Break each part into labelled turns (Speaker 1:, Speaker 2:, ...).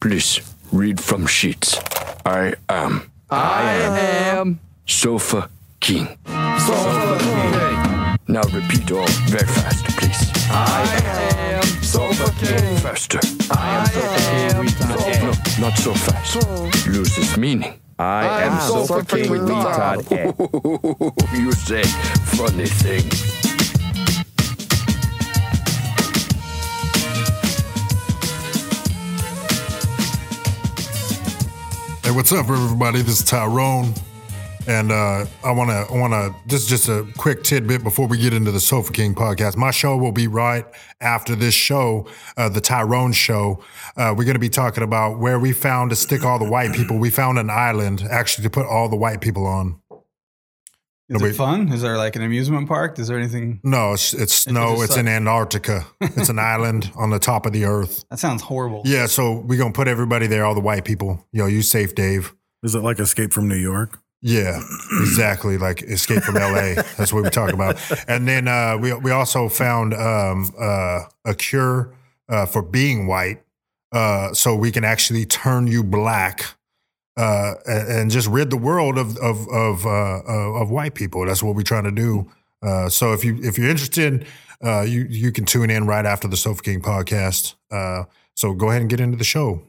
Speaker 1: Please read from sheets. I am
Speaker 2: I am.
Speaker 1: Sofa King. Now repeat all very fast, please. Faster. No, not so fast. Loses meaning.
Speaker 2: I am Sofa King Retard Ed.
Speaker 1: you say funny things.
Speaker 3: Hey, what's up, everybody? This is Tyrone, and uh, I want to, I want to. This is just a quick tidbit before we get into the Sofa King podcast. My show will be right after this show, uh, the Tyrone show. Uh, we're going to be talking about where we found to stick all the white people. We found an island actually to put all the white people on.
Speaker 4: Is
Speaker 3: Nobody-
Speaker 4: it fun? Is there like an amusement park? Is there anything?
Speaker 3: No, it's, it's snow.
Speaker 4: just
Speaker 3: It's in
Speaker 4: sucks.
Speaker 3: Antarctica. It's an island on the top of the earth.
Speaker 4: That sounds horrible.
Speaker 3: Yeah, so we're gonna put everybody there, all the white people. Yo, you safe, Dave.
Speaker 5: Is it like Escape from New York?
Speaker 3: Yeah, exactly. Like Escape from L.A. That's what we talk about. And then uh, we we also found um, uh, a cure uh, for being white, uh, so we can actually turn you black uh, and, and just rid the world of of of, uh, of of white people. That's what we're trying to do. Uh, so if you if you're interested, uh, you you can tune in right after the Sofa King podcast. Uh, so go ahead and get into the show.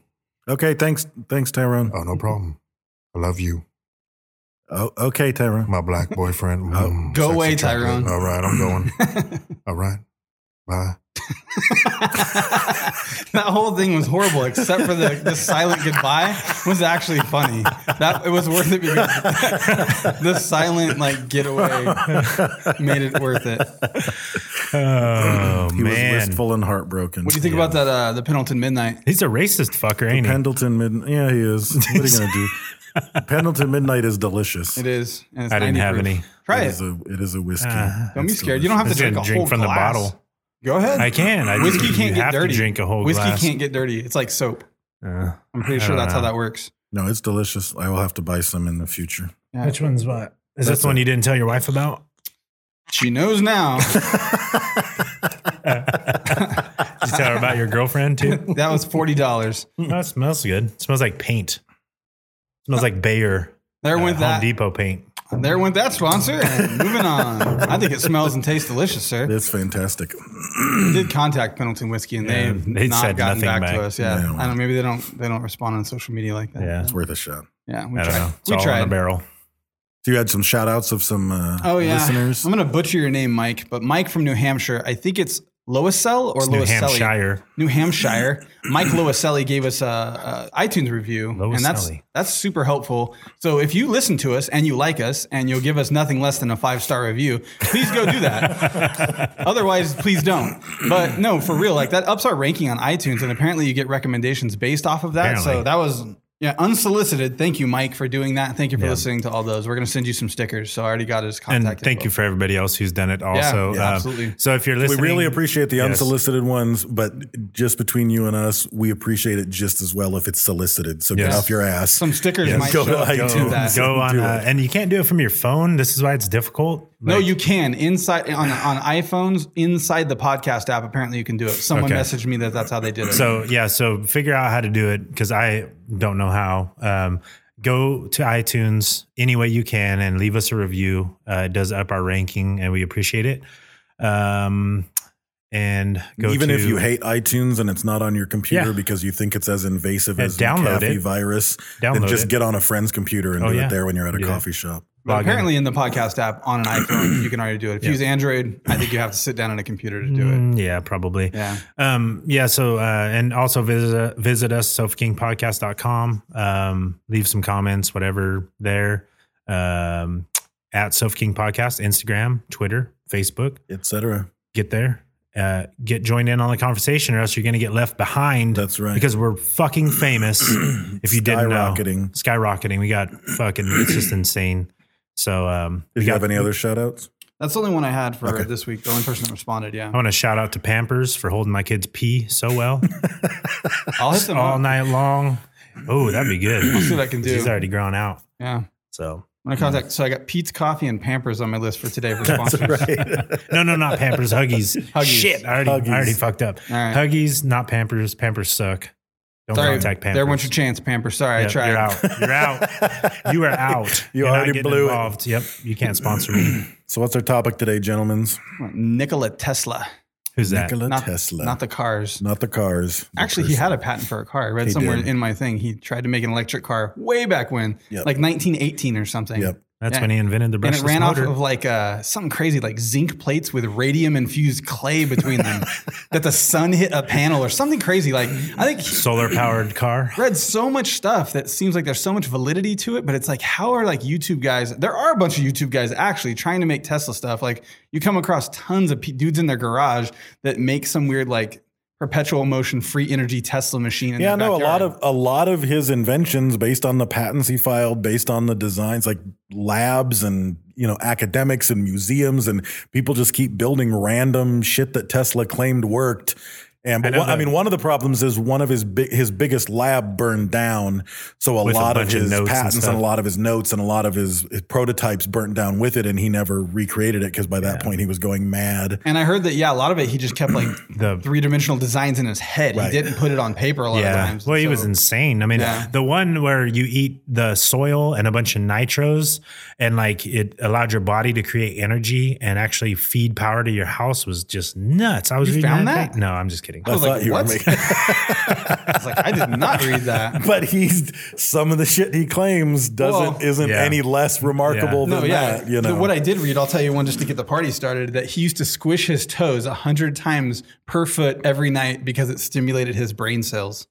Speaker 5: Okay, thanks, thanks, Tyrone.
Speaker 3: Oh, no problem. I love you.
Speaker 5: Oh, okay, Tyrone.
Speaker 3: my black boyfriend.
Speaker 5: Oh,
Speaker 3: Mm,
Speaker 4: go
Speaker 3: sexy
Speaker 4: away,
Speaker 3: chocolate.
Speaker 4: Tyrone.
Speaker 3: All right, I'm going. All right, bye.
Speaker 4: that whole thing was horrible, except for the, the silent goodbye was actually funny. That it was worth it because the silent like getaway made it worth it. What
Speaker 6: Oh
Speaker 5: he was
Speaker 6: man,
Speaker 5: wistful and heartbroken. What
Speaker 4: do you think about that? Uh, the Pendleton Midnight.
Speaker 6: he's a racist fucker, ain't he?
Speaker 5: Pendleton Midnight. Yeah, he is. What are you gonna do? Pendleton Midnight is delicious.
Speaker 4: It is. And it's
Speaker 6: I uh, didn't
Speaker 4: 90
Speaker 6: have
Speaker 4: proof.
Speaker 6: any.
Speaker 4: Try
Speaker 5: It
Speaker 4: it.
Speaker 5: is a, it is a whiskey.
Speaker 6: Ah.
Speaker 4: Don't be
Speaker 5: It's
Speaker 4: scared. You don't have to
Speaker 6: I was
Speaker 4: drink
Speaker 6: gonna
Speaker 4: a
Speaker 6: drink
Speaker 4: whole
Speaker 6: from
Speaker 4: glass.
Speaker 6: the bottle.
Speaker 4: Go ahead.
Speaker 6: I can. I
Speaker 4: Whiskey
Speaker 6: you
Speaker 4: can't get
Speaker 6: have
Speaker 4: dirty.
Speaker 6: To drink a whole
Speaker 4: Whiskey
Speaker 6: glass.
Speaker 4: can't get dirty. It's like soap.
Speaker 6: Uh,
Speaker 4: I'm pretty
Speaker 6: I
Speaker 4: sure
Speaker 6: don't
Speaker 4: that's how
Speaker 6: know.
Speaker 4: that works.
Speaker 5: No, it's delicious. I will have to buy some in the future.
Speaker 4: Yeah.
Speaker 6: which one's what? Is
Speaker 5: That's
Speaker 6: this the one
Speaker 5: it.
Speaker 6: you didn't tell your wife about?
Speaker 4: She knows now.
Speaker 6: Did you tell her about your girlfriend too?
Speaker 4: that was forty dollars.
Speaker 6: oh, it smells good. It smells like paint. It smells like Bayer.
Speaker 4: There
Speaker 6: uh,
Speaker 4: went
Speaker 6: Home
Speaker 4: that.
Speaker 6: Depot paint.
Speaker 4: There went that sponsor. And moving on. I think it smells and tastes delicious, sir.
Speaker 5: It's fantastic.
Speaker 4: We did contact Pendleton Whiskey and
Speaker 6: Yeah,
Speaker 4: they've
Speaker 6: they
Speaker 4: not
Speaker 6: said
Speaker 4: gotten
Speaker 6: nothing
Speaker 4: back,
Speaker 6: back.
Speaker 4: to us. Yeah,
Speaker 5: No.
Speaker 4: I don't. Maybe they don't. They don't respond on social media like that.
Speaker 6: Yeah.
Speaker 5: It's worth a shot.
Speaker 4: yeah. We
Speaker 6: I don't
Speaker 4: tried.
Speaker 6: know. It's
Speaker 4: we
Speaker 6: all
Speaker 4: tried.
Speaker 6: on a barrel.
Speaker 5: So you had some shout outs of some uh,
Speaker 4: Oh yeah.
Speaker 5: listeners.
Speaker 4: I'm gonna butcher your name, Mike. But Mike from New Hampshire. I think it's Loisel or
Speaker 6: It's New
Speaker 4: Loiselli.
Speaker 6: Hampshire.
Speaker 4: New Hampshire. Mike Loiselli gave us a, a iTunes review, and that's
Speaker 6: Loiselli.
Speaker 4: that's super helpful. So if you listen to us and you like us and you'll give us nothing less than a five star review, please go do that. Otherwise, please don't. But no, for real, like that ups our ranking on iTunes, and apparently you get recommendations based off of that. So
Speaker 6: Apparently.
Speaker 4: that was. Yeah, unsolicited. Thank you, Mike, for doing that. Thank you for listening to all those. We're going to send you some stickers. So I already got his contact.
Speaker 6: And thank you for everybody else who's done it also. Um,
Speaker 4: yeah, absolutely.
Speaker 6: So if you're
Speaker 5: we
Speaker 6: listening,
Speaker 5: really appreciate the
Speaker 6: Yes.
Speaker 5: unsolicited ones, but just between you and us, we appreciate it just as well if it's solicited. So get
Speaker 6: Yes.
Speaker 5: off your ass.
Speaker 4: some stickers.
Speaker 5: Yes.
Speaker 4: might
Speaker 5: Go
Speaker 4: show
Speaker 5: to
Speaker 4: up to
Speaker 5: iTunes.
Speaker 4: that.
Speaker 6: go on,
Speaker 5: Do
Speaker 6: uh,
Speaker 5: it.
Speaker 6: and you can't do it from your phone. This is why it's difficult.
Speaker 4: No,
Speaker 6: Like,
Speaker 4: you can inside on on iPhones inside the podcast app. Apparently, you can do it. Someone
Speaker 6: Okay.
Speaker 4: messaged me that that's how they did it.
Speaker 6: So yeah, so figure out how to do it because I don't know how. Um, go to iTunes any way you can and leave us a review. Uh, it does up our ranking, and we appreciate it. Um, and go
Speaker 5: Even
Speaker 6: to,
Speaker 5: if you hate iTunes and it's not on your computer
Speaker 6: Yeah.
Speaker 5: because you think it's as invasive
Speaker 6: Yeah,
Speaker 5: as
Speaker 6: download
Speaker 5: the
Speaker 6: it.
Speaker 5: virus, then
Speaker 6: Download
Speaker 5: just
Speaker 6: it.
Speaker 5: get on a friend's computer and
Speaker 6: Oh,
Speaker 5: do
Speaker 6: yeah.
Speaker 5: it there when you're at a
Speaker 6: Do that.
Speaker 5: coffee shop.
Speaker 4: But
Speaker 6: log in.
Speaker 4: apparently, in the podcast app on an iPhone, you can already do it. If you use Android, I think you have to sit down at a computer to do it.
Speaker 6: Mm, yeah, probably.
Speaker 4: Yeah.
Speaker 6: Um, yeah. So, uh, and also visit, visit us, sofakingpodcast.com. Um, leave some comments, whatever there, um, at Sofa King podcast, Instagram, Twitter, Facebook,
Speaker 5: Etc.
Speaker 6: get there, uh, get joined in on the conversation or else you're going to get left behind.
Speaker 5: That's right.
Speaker 6: Because we're fucking famous. if you didn't know
Speaker 5: Skyrocketing.
Speaker 6: skyrocketing, we got fucking, it's just insane. So, um,
Speaker 5: Did
Speaker 6: we
Speaker 5: you
Speaker 6: got-
Speaker 5: have any other shout outs?
Speaker 4: That's the only one I had for
Speaker 5: Okay.
Speaker 4: this week. The only person that responded.
Speaker 6: I
Speaker 4: Yeah,
Speaker 6: want to shout out to Pampers for holding my kids pee so well.
Speaker 4: I'll hit them
Speaker 6: all
Speaker 4: up.
Speaker 6: night long. Oh, that'd be good.
Speaker 4: I'll see what I can do.
Speaker 6: He's already grown out.
Speaker 4: Yeah,
Speaker 6: So
Speaker 4: I'm gonna contact. So I got Pete's Coffee and Pampers on my list for today for sponsors.
Speaker 6: no, no, not Pampers. Huggies.
Speaker 4: Huggies.
Speaker 6: Shit, I already, I already fucked up.
Speaker 4: All right.
Speaker 6: Huggies, not Pampers. Pampers suck. Don't
Speaker 4: Sorry,
Speaker 6: contact Pampers.
Speaker 4: there went your chance, Pampers. Sorry, I
Speaker 6: Yep,
Speaker 4: tried.
Speaker 6: You're out. You're out. you are out.
Speaker 5: You
Speaker 6: You're not
Speaker 5: already
Speaker 6: getting
Speaker 5: blew it.
Speaker 6: involved. Yep. You can't sponsor me.
Speaker 5: So what's our topic today, gentlemen?
Speaker 4: Nikola Tesla,
Speaker 6: Who's that?
Speaker 5: Nikola
Speaker 4: not
Speaker 5: Tesla.
Speaker 4: not the cars.
Speaker 5: Not the cars. the
Speaker 4: Actually, he
Speaker 5: person.
Speaker 4: had a patent for a car. I read
Speaker 5: He
Speaker 4: somewhere
Speaker 5: did.
Speaker 4: in my thing he tried to make an electric car way back when,
Speaker 5: Yep.
Speaker 4: like 1918 or something.
Speaker 5: Yep.
Speaker 6: That's when he invented the
Speaker 4: And
Speaker 6: brushless
Speaker 4: it ran
Speaker 6: motor.
Speaker 4: off of like uh, something crazy, like zinc plates with radium infused clay between them. that the sun hit a panel or something crazy. Like I think he
Speaker 6: Solar powered car.
Speaker 4: read so much stuff that seems like there's so much validity to it, but it's like how are like YouTube guys? There are a bunch of YouTube guys actually trying to make Tesla stuff. Like you come across tons of p- dudes in their garage that make some weird like perpetual motion free energy Tesla machine. In
Speaker 5: Yeah, I
Speaker 4: their
Speaker 5: know a lot
Speaker 4: backyard.
Speaker 5: of a lot of his inventions based on the patents he filed, based on the designs, like labs and you know academics and museums, and people just keep building random shit that Tesla claimed worked. And but
Speaker 6: know
Speaker 5: one, I
Speaker 6: that-
Speaker 5: mean, one of the problems is one of his big his biggest lab burned down, so a
Speaker 6: With a
Speaker 5: lot of
Speaker 6: bunch of
Speaker 5: his
Speaker 6: notes and
Speaker 5: patents and,
Speaker 6: stuff.
Speaker 5: a lot of his notes and a lot of his, his prototypes burnt down with it, and he never recreated it because by that point he was going mad.
Speaker 4: And I heard that yeah, a lot of it he just kept like
Speaker 6: The-
Speaker 4: three dimensional designs in his head.
Speaker 5: Right.
Speaker 4: He didn't put it on paper a lot of times.
Speaker 6: Well, he was
Speaker 4: So-
Speaker 6: insane. I mean,
Speaker 4: Yeah.
Speaker 6: the one where you eat the soil and a bunch of nitros and like it allowed your body to create energy and actually feed power to your house was just nuts. I was
Speaker 4: You
Speaker 6: reading
Speaker 4: found
Speaker 6: that.
Speaker 4: that? Oh.
Speaker 6: thing- No, I'm just kidding.
Speaker 5: I
Speaker 4: was like,
Speaker 5: thought you
Speaker 4: "What?"
Speaker 5: were making.
Speaker 4: I was like, I did not read that.
Speaker 5: but he's some of the shit he claims doesn't
Speaker 4: Well-
Speaker 5: isn't
Speaker 6: Yeah.
Speaker 5: any less remarkable
Speaker 4: No,
Speaker 5: than
Speaker 4: yeah.
Speaker 5: that. You know,
Speaker 4: The- what I did read, I'll tell you one just to get the party started, that he used to squish his toes a hundred times per foot every night because it stimulated his brain cells.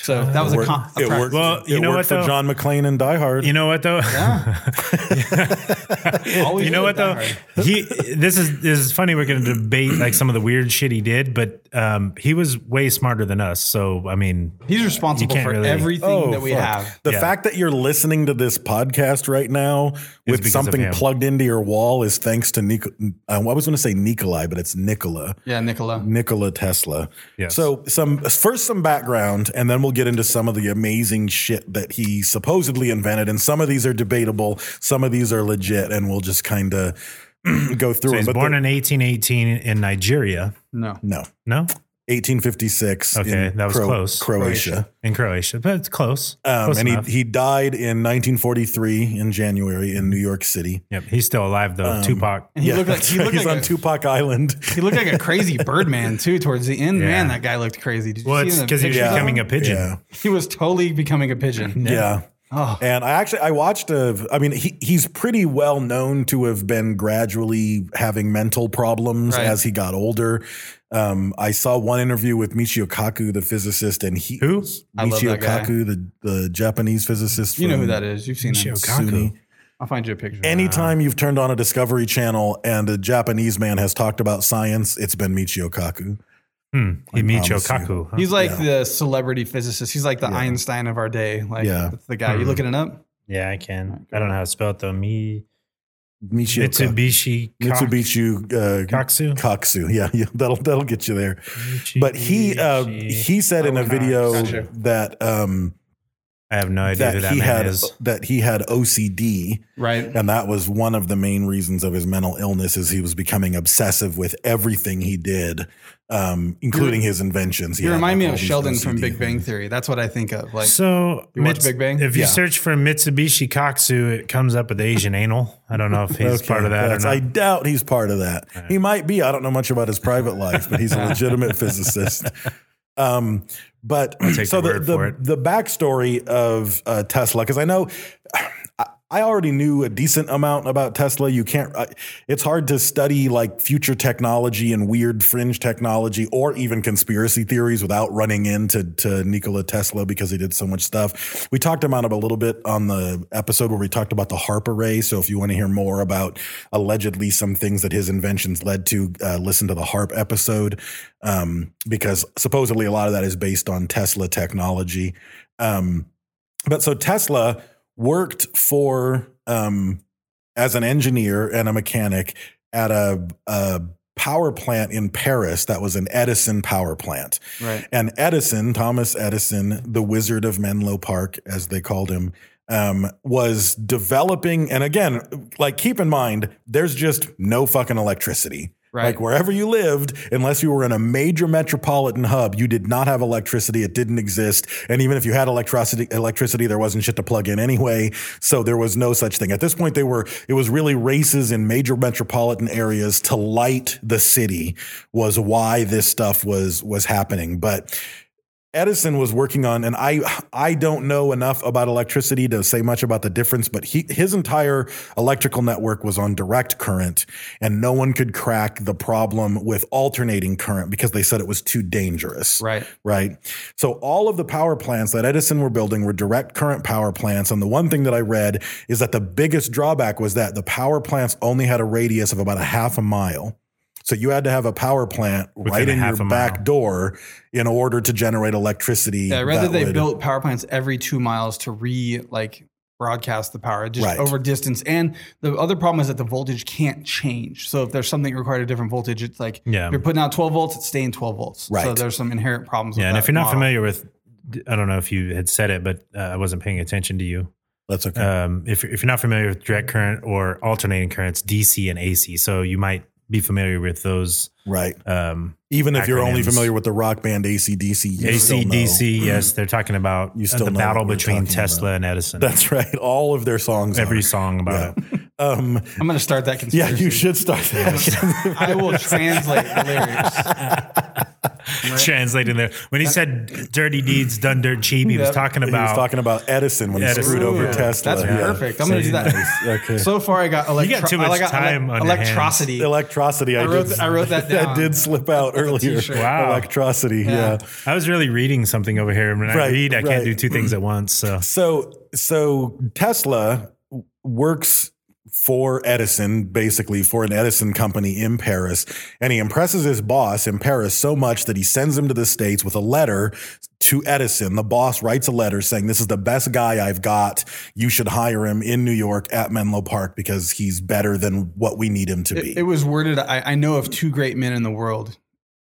Speaker 4: So that was a,
Speaker 5: worked-
Speaker 4: con- a
Speaker 5: it
Speaker 4: pra-
Speaker 5: worked.
Speaker 6: Well, you
Speaker 5: it
Speaker 6: know
Speaker 5: worked
Speaker 6: what,
Speaker 5: for
Speaker 6: though?
Speaker 5: John McClane and Die Hard.
Speaker 6: You know what though?
Speaker 4: Always
Speaker 6: you know what
Speaker 4: did
Speaker 6: though?
Speaker 4: that hard.
Speaker 6: He this is this is funny. We're going to debate like some of the weird shit he did, but um, he was way smarter than us. So I mean,
Speaker 4: He's responsible
Speaker 6: can't
Speaker 4: for
Speaker 6: really-
Speaker 4: everything
Speaker 5: Oh,
Speaker 4: that we
Speaker 5: fuck.
Speaker 4: have.
Speaker 5: The
Speaker 6: Yeah.
Speaker 5: fact that you're listening to this podcast right now with
Speaker 6: because of
Speaker 5: something
Speaker 6: him.
Speaker 5: plugged into your wall is thanks to Nico. I was going to say Nikolai, but it's Nicola.
Speaker 4: Yeah, Nicola.
Speaker 5: Nikola Tesla.
Speaker 6: Yes.
Speaker 5: So some first some background, and then we'll get into some of the amazing shit that he supposedly invented. And some of these are debatable, some of these are legit, and we'll just kind of go through
Speaker 6: so
Speaker 5: them.
Speaker 6: he's
Speaker 5: But
Speaker 6: born
Speaker 5: the-
Speaker 6: in 1818 in Nigeria.
Speaker 4: No.
Speaker 5: no,
Speaker 6: No,
Speaker 5: 1856.
Speaker 6: Okay,
Speaker 5: in
Speaker 6: that was
Speaker 5: Cro-
Speaker 6: close.
Speaker 5: Croatia.
Speaker 6: in Croatia, but it's close.
Speaker 5: Um,
Speaker 6: close
Speaker 5: and he,
Speaker 6: enough.
Speaker 5: he died in 1943 in January in New York City.
Speaker 6: Yep, he's still alive though.
Speaker 5: Um,
Speaker 6: Tupac.
Speaker 4: And he looked like
Speaker 5: that's
Speaker 4: he
Speaker 5: right.
Speaker 4: looked
Speaker 5: he's
Speaker 4: like
Speaker 5: on
Speaker 4: a,
Speaker 5: Tupac Island.
Speaker 4: he looked like a crazy Birdman too. Towards the end,
Speaker 6: Yeah.
Speaker 4: man, that guy looked crazy. Did you
Speaker 6: Well,
Speaker 4: see
Speaker 6: it's
Speaker 4: the
Speaker 6: because he was
Speaker 4: pictures of
Speaker 6: becoming
Speaker 4: him?
Speaker 6: a pigeon.
Speaker 5: Yeah.
Speaker 4: He was totally becoming a pigeon. Oh,
Speaker 5: Yeah. And I actually I watched a I mean he he's pretty well known to have been gradually having mental problems
Speaker 4: Right.
Speaker 5: as he got older. Um, I saw one interview with Michio Kaku, the physicist, and he
Speaker 6: Who?
Speaker 4: I love
Speaker 5: Michio
Speaker 4: that guy.
Speaker 5: Kaku, the the Japanese physicist.
Speaker 4: You know
Speaker 5: from
Speaker 4: who that is. You've seen him.
Speaker 5: Kaku.
Speaker 4: I'll find you a picture.
Speaker 5: Anytime you've turned on a Discovery Channel and a Japanese man has talked about science, it's been Michio Kaku.
Speaker 6: Hmm, He meets
Speaker 5: promise you.
Speaker 6: Kaku. huh?
Speaker 4: He's like the celebrity physicist. He's like the Einstein of our day. Like
Speaker 5: Yeah.
Speaker 4: that's the guy.
Speaker 6: Mm-hmm.
Speaker 4: You looking it up?
Speaker 6: yeah, I can. I don't know how to spell it though. Me
Speaker 5: Michio Kaku.
Speaker 6: Mitsubishi Kaku.
Speaker 5: Mitsubishi uh,
Speaker 6: Kaksu?
Speaker 5: Kaksu. Yeah, yeah, that'll that'll get you there. But he uh, he said in a video
Speaker 4: Gotcha.
Speaker 5: that um,
Speaker 6: I have no idea
Speaker 5: that
Speaker 6: who that
Speaker 5: he
Speaker 6: man
Speaker 5: had
Speaker 6: is.
Speaker 5: that he had OCD,
Speaker 4: Right.
Speaker 5: and that was one of the main reasons of his mental illness is he was becoming obsessive with everything he did, um, including his inventions. He
Speaker 4: You
Speaker 5: had,
Speaker 4: remind me
Speaker 5: like, all
Speaker 4: of
Speaker 5: these
Speaker 4: Sheldon from
Speaker 5: OCD
Speaker 4: Big Bang
Speaker 5: things.
Speaker 4: Theory. That's what I think of. Like
Speaker 6: So
Speaker 4: You watch
Speaker 6: Mits-
Speaker 4: Big Bang?
Speaker 6: If you
Speaker 5: Yeah.
Speaker 6: search for Mitsubishi Kaksu, it comes up with Asian anal. I don't know if he's
Speaker 5: Okay,
Speaker 6: part of that or
Speaker 5: that's-
Speaker 6: not.
Speaker 5: I doubt he's part of that. He might be. I don't know much about his private life, but he's a legitimate physicist. Um, but
Speaker 6: take
Speaker 5: so the
Speaker 6: your word
Speaker 5: the,
Speaker 6: for it.
Speaker 5: the backstory of uh, Tesla, because I know I, I already knew a decent amount about Tesla. You can't. I, it's hard to study like future technology and weird fringe technology, or even conspiracy theories, without running into to Nikola Tesla because he did so much stuff. We talked about him a little bit on the episode where we talked about the Harp array. So if you want to hear more about allegedly some things that his inventions led to, uh, listen to the Harp episode um, because supposedly a lot of that is based on Tesla technology. Um, but so Tesla worked for um, as an engineer and a mechanic at a, a power plant in Paris that was an Edison power plant.
Speaker 4: Right.
Speaker 5: And Edison, Thomas Edison, the Wizard of Menlo Park, as they called him, um, was developing. And again, like keep in mind, there's just no fucking electricity.
Speaker 4: Right.
Speaker 5: Like wherever you lived, unless you were in a major metropolitan hub, you did not have electricity. It didn't exist. And even if you had electricity, electricity, there wasn't shit to plug in anyway. So there was no such thing. At this point, they were, it was really races in major metropolitan areas to light the city was why this stuff was, was happening. But Edison was working on, and I I don't know enough about electricity to say much about the difference, but he his entire electrical network was on direct current, and no one could crack the problem with alternating current because they said it was too dangerous
Speaker 4: Right.
Speaker 5: right? So all of the power plants that Edison were building were direct current power plants. And the one thing that I read is that the biggest drawback was that the power plants only had a radius of about a half a mile. So you had to have a power plant right
Speaker 6: a
Speaker 5: in your
Speaker 6: half a
Speaker 5: back
Speaker 6: mile.
Speaker 5: door in order to generate electricity.
Speaker 4: Yeah, I read that
Speaker 5: that
Speaker 4: they
Speaker 5: would-
Speaker 4: built power plants every two miles to re like broadcast the power just
Speaker 5: Right.
Speaker 4: over distance. And the other problem is that the voltage can't change. So if there's something that required a different voltage, it's like
Speaker 6: Yeah.
Speaker 4: if you're putting out 12 volts, it's staying 12 volts. So
Speaker 5: Right.
Speaker 4: there's some inherent problems. with
Speaker 6: Yeah, and
Speaker 4: that
Speaker 6: if you're not
Speaker 4: model.
Speaker 6: familiar with, I don't know if you had said it, but uh, I wasn't paying attention to you.
Speaker 5: That's okay.
Speaker 6: Um, if if you're not familiar with direct current or alternating currents, DC and AC, so you might be familiar with those.
Speaker 5: right.
Speaker 6: Um,
Speaker 5: Even if you're only
Speaker 6: acronyms.
Speaker 5: familiar with the rock band ACDC, you still know.
Speaker 6: ACDC, yes, they're talking about
Speaker 5: You still
Speaker 6: the
Speaker 5: know
Speaker 6: battle
Speaker 5: what we're
Speaker 6: between
Speaker 5: talking about.
Speaker 6: Tesla and Edison.
Speaker 5: That's right. All of their songs.
Speaker 6: every
Speaker 5: are.
Speaker 6: song about it.
Speaker 5: Um,
Speaker 4: I'm going to start that
Speaker 5: yeah,
Speaker 4: conspiracy.
Speaker 5: you should start that.
Speaker 4: I will translate the lyrics.
Speaker 6: Translating there, when he said "dirty deeds done dirt cheap," he was
Speaker 4: Yep.
Speaker 6: talking
Speaker 5: he was
Speaker 6: about.
Speaker 5: talking about Edison when
Speaker 6: Edison.
Speaker 5: he screwed over
Speaker 4: Ooh,
Speaker 5: Tesla.
Speaker 4: That's
Speaker 5: Yeah.
Speaker 4: perfect. I'm going to do that.
Speaker 5: Okay.
Speaker 4: So far, I got electro-
Speaker 6: got too much
Speaker 4: I got elec-
Speaker 6: time on your hands.
Speaker 4: electrocity.
Speaker 5: Electrocity. I,
Speaker 4: I wrote
Speaker 5: did,
Speaker 4: th- I wrote that down.
Speaker 5: did slip out earlier.
Speaker 4: t-shirt.
Speaker 6: Wow.
Speaker 5: Electrocity. Yeah.
Speaker 6: I was really reading something over here, and when I
Speaker 5: Right,
Speaker 6: read, I
Speaker 5: right.
Speaker 6: can't do two things at once. So
Speaker 5: So so Tesla w- works for Edison, basically for an Edison company in Paris, and he impresses his boss in Paris so much that he sends him to the states with a letter to Edison. The boss writes a letter saying, "This is the best guy I've got. You should hire him in New York at Menlo Park because he's better than what we need him to be."
Speaker 4: It, it was worded. I, I know of two great men in the world.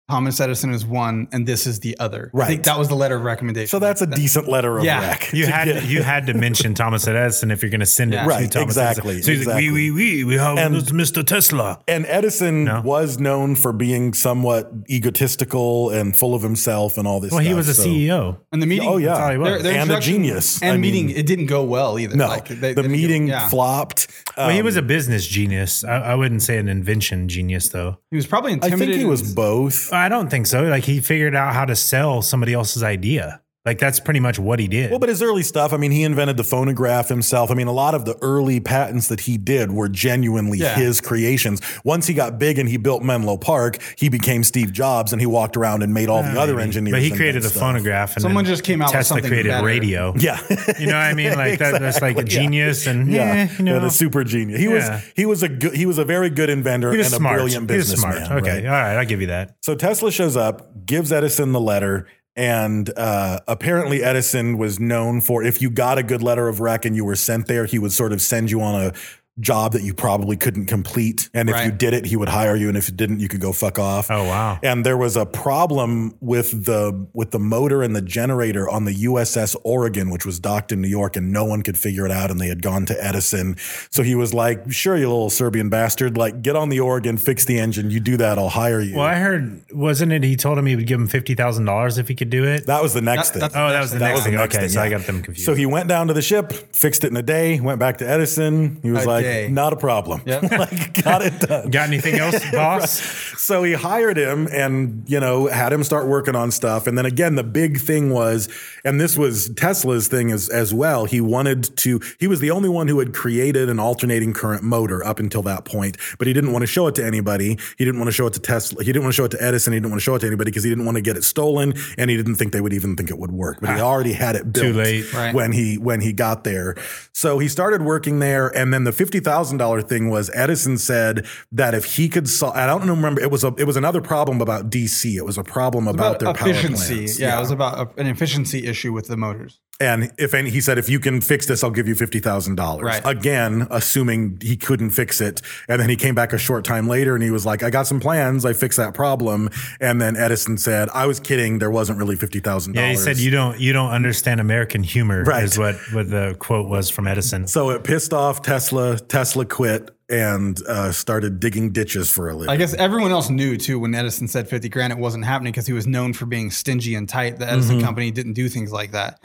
Speaker 4: Thomas Edison is one, and this is the other. I
Speaker 5: Right.
Speaker 4: think that was the letter of recommendation.
Speaker 5: so that's a decent letter of
Speaker 4: Yeah.
Speaker 5: rec.
Speaker 6: You
Speaker 5: to
Speaker 6: had
Speaker 5: get-
Speaker 6: you had to mention Thomas Edison if you're going to send it
Speaker 4: Yeah.
Speaker 6: to
Speaker 5: Right,
Speaker 6: Thomas
Speaker 5: exactly,
Speaker 6: Edison. So he's like,
Speaker 5: exactly.
Speaker 6: we we we we have
Speaker 5: And-
Speaker 6: Mr. Tesla.
Speaker 5: And Edison
Speaker 6: No.
Speaker 5: was known for being somewhat egotistical and full of himself and all this.
Speaker 6: Well, he
Speaker 5: stuff,
Speaker 6: was a E
Speaker 5: so-
Speaker 6: CEO.
Speaker 4: And the meeting.
Speaker 5: Oh yeah,
Speaker 6: all he was.
Speaker 4: their- their
Speaker 5: and a
Speaker 4: introduction
Speaker 5: genius.
Speaker 4: And
Speaker 5: I
Speaker 4: meeting,
Speaker 5: mean,
Speaker 4: it didn't go well either.
Speaker 5: no,
Speaker 4: Like, they- they
Speaker 5: the
Speaker 4: didn't get-
Speaker 5: meeting
Speaker 4: yeah.
Speaker 5: flopped.
Speaker 6: well, he
Speaker 5: Um,
Speaker 6: was a business genius. I, I wouldn't say an invention genius though.
Speaker 4: He was probably
Speaker 5: I
Speaker 4: intimidated.
Speaker 5: think he was both.
Speaker 6: I don't think so. Like he figured out how to sell somebody else's idea. Like that's pretty much what he did.
Speaker 5: Well, but his early stuff. I mean, he invented the phonograph himself. I mean, a lot of the early patents that he did were genuinely
Speaker 4: Yeah.
Speaker 5: his creations. Once he got big and he built Menlo Park, he became Steve Jobs and he walked around and made all the other engineers.
Speaker 6: But Ah, he
Speaker 5: invent
Speaker 6: created the
Speaker 5: stuff.
Speaker 6: phonograph, and
Speaker 4: Someone
Speaker 6: then
Speaker 4: just came out with
Speaker 6: Tesla
Speaker 4: something
Speaker 6: created
Speaker 4: better.
Speaker 6: radio.
Speaker 5: Yeah,
Speaker 6: You know what I mean? Like that, that's like a
Speaker 5: Exactly, yeah.
Speaker 6: genius, and
Speaker 5: Yeah,
Speaker 6: yeah, you know,
Speaker 5: the super genius. He
Speaker 6: Yeah.
Speaker 5: was he was a good, he was a very good inventor
Speaker 6: he was
Speaker 5: and
Speaker 6: smart.
Speaker 5: a brilliant
Speaker 6: he was smart.
Speaker 5: businessman.
Speaker 6: okay,
Speaker 5: right?
Speaker 6: all right, I'll give you that.
Speaker 5: So Tesla shows up, gives Edison the letter, and uh, apparently Edison was known for if you got a good letter of rec and you were sent there, he would sort of send you on a job that you probably couldn't complete, and if you
Speaker 4: Right.
Speaker 5: did it, he would hire you, and if you didn't, you could go fuck off.
Speaker 6: Oh wow.
Speaker 5: And there was a problem with the with the motor and the generator on the USS Oregon, which was docked in New York, and no one could figure it out. And they had gone to Edison, so he was like, "Sure, you little Serbian bastard, like get on the Oregon, fix the engine. You do that, I'll hire you."
Speaker 6: Well, I heard, wasn't it? He told him he would give him fifty thousand dollars if he could do it.
Speaker 5: that was the next
Speaker 4: That-
Speaker 5: thing.
Speaker 4: that's-
Speaker 6: oh, that was the
Speaker 5: That
Speaker 6: next
Speaker 5: was the
Speaker 6: thing.
Speaker 5: next
Speaker 6: okay,
Speaker 5: thing,
Speaker 6: so I
Speaker 5: yeah.
Speaker 6: got them confused.
Speaker 5: So he went down to the ship, fixed it in a day, went back to Edison. He was
Speaker 4: A
Speaker 5: like,
Speaker 4: day.
Speaker 5: "Not a problem. like, got it done."
Speaker 6: got anything else, boss?
Speaker 5: So he hired him and, you know, had him start working on stuff. And then again, the big thing was, and this was Tesla's thing as, as well. He wanted to, he was the only one who had created an alternating current motor up until that point, but he didn't want to show it to anybody. He didn't want to show it to Tesla. He didn't want to show it to Edison. He didn't want to show it to anybody because he didn't want to get it stolen and he didn't think they would even think it would work, but he already had it built
Speaker 6: Ah, Too late.
Speaker 4: Right.
Speaker 5: when he when he got there. So he started working there, and then the fifty thousand dollar thing was Edison said that if he could solve, I don't remember it was a it was another problem about DC. It was a problem about, their
Speaker 4: about
Speaker 5: power
Speaker 4: efficiency.
Speaker 5: plants.
Speaker 4: yeah, it was about a, an efficiency issue with the motors.
Speaker 5: and if any, he said if you can fix this, I'll give you fifty thousand dollars.
Speaker 4: Right.
Speaker 5: Again, assuming he couldn't fix it, and then he came back a short time later and he was like, I got some plans. I fixed that problem, and then Edison said, I was kidding. There wasn't really fifty thousand
Speaker 6: Yeah,
Speaker 5: dollars.
Speaker 6: he said you don't you don't understand American humor.
Speaker 5: Right.
Speaker 6: is what what the quote was from Edison.
Speaker 5: So it pissed off Tesla. Tesla quit. and uh, started digging ditches for a living.
Speaker 4: I guess everyone else knew too when Edison said 50 grand, it wasn't happening because he was known for being stingy and tight. The Edison
Speaker 5: Mm-hmm.
Speaker 4: company didn't do things like that.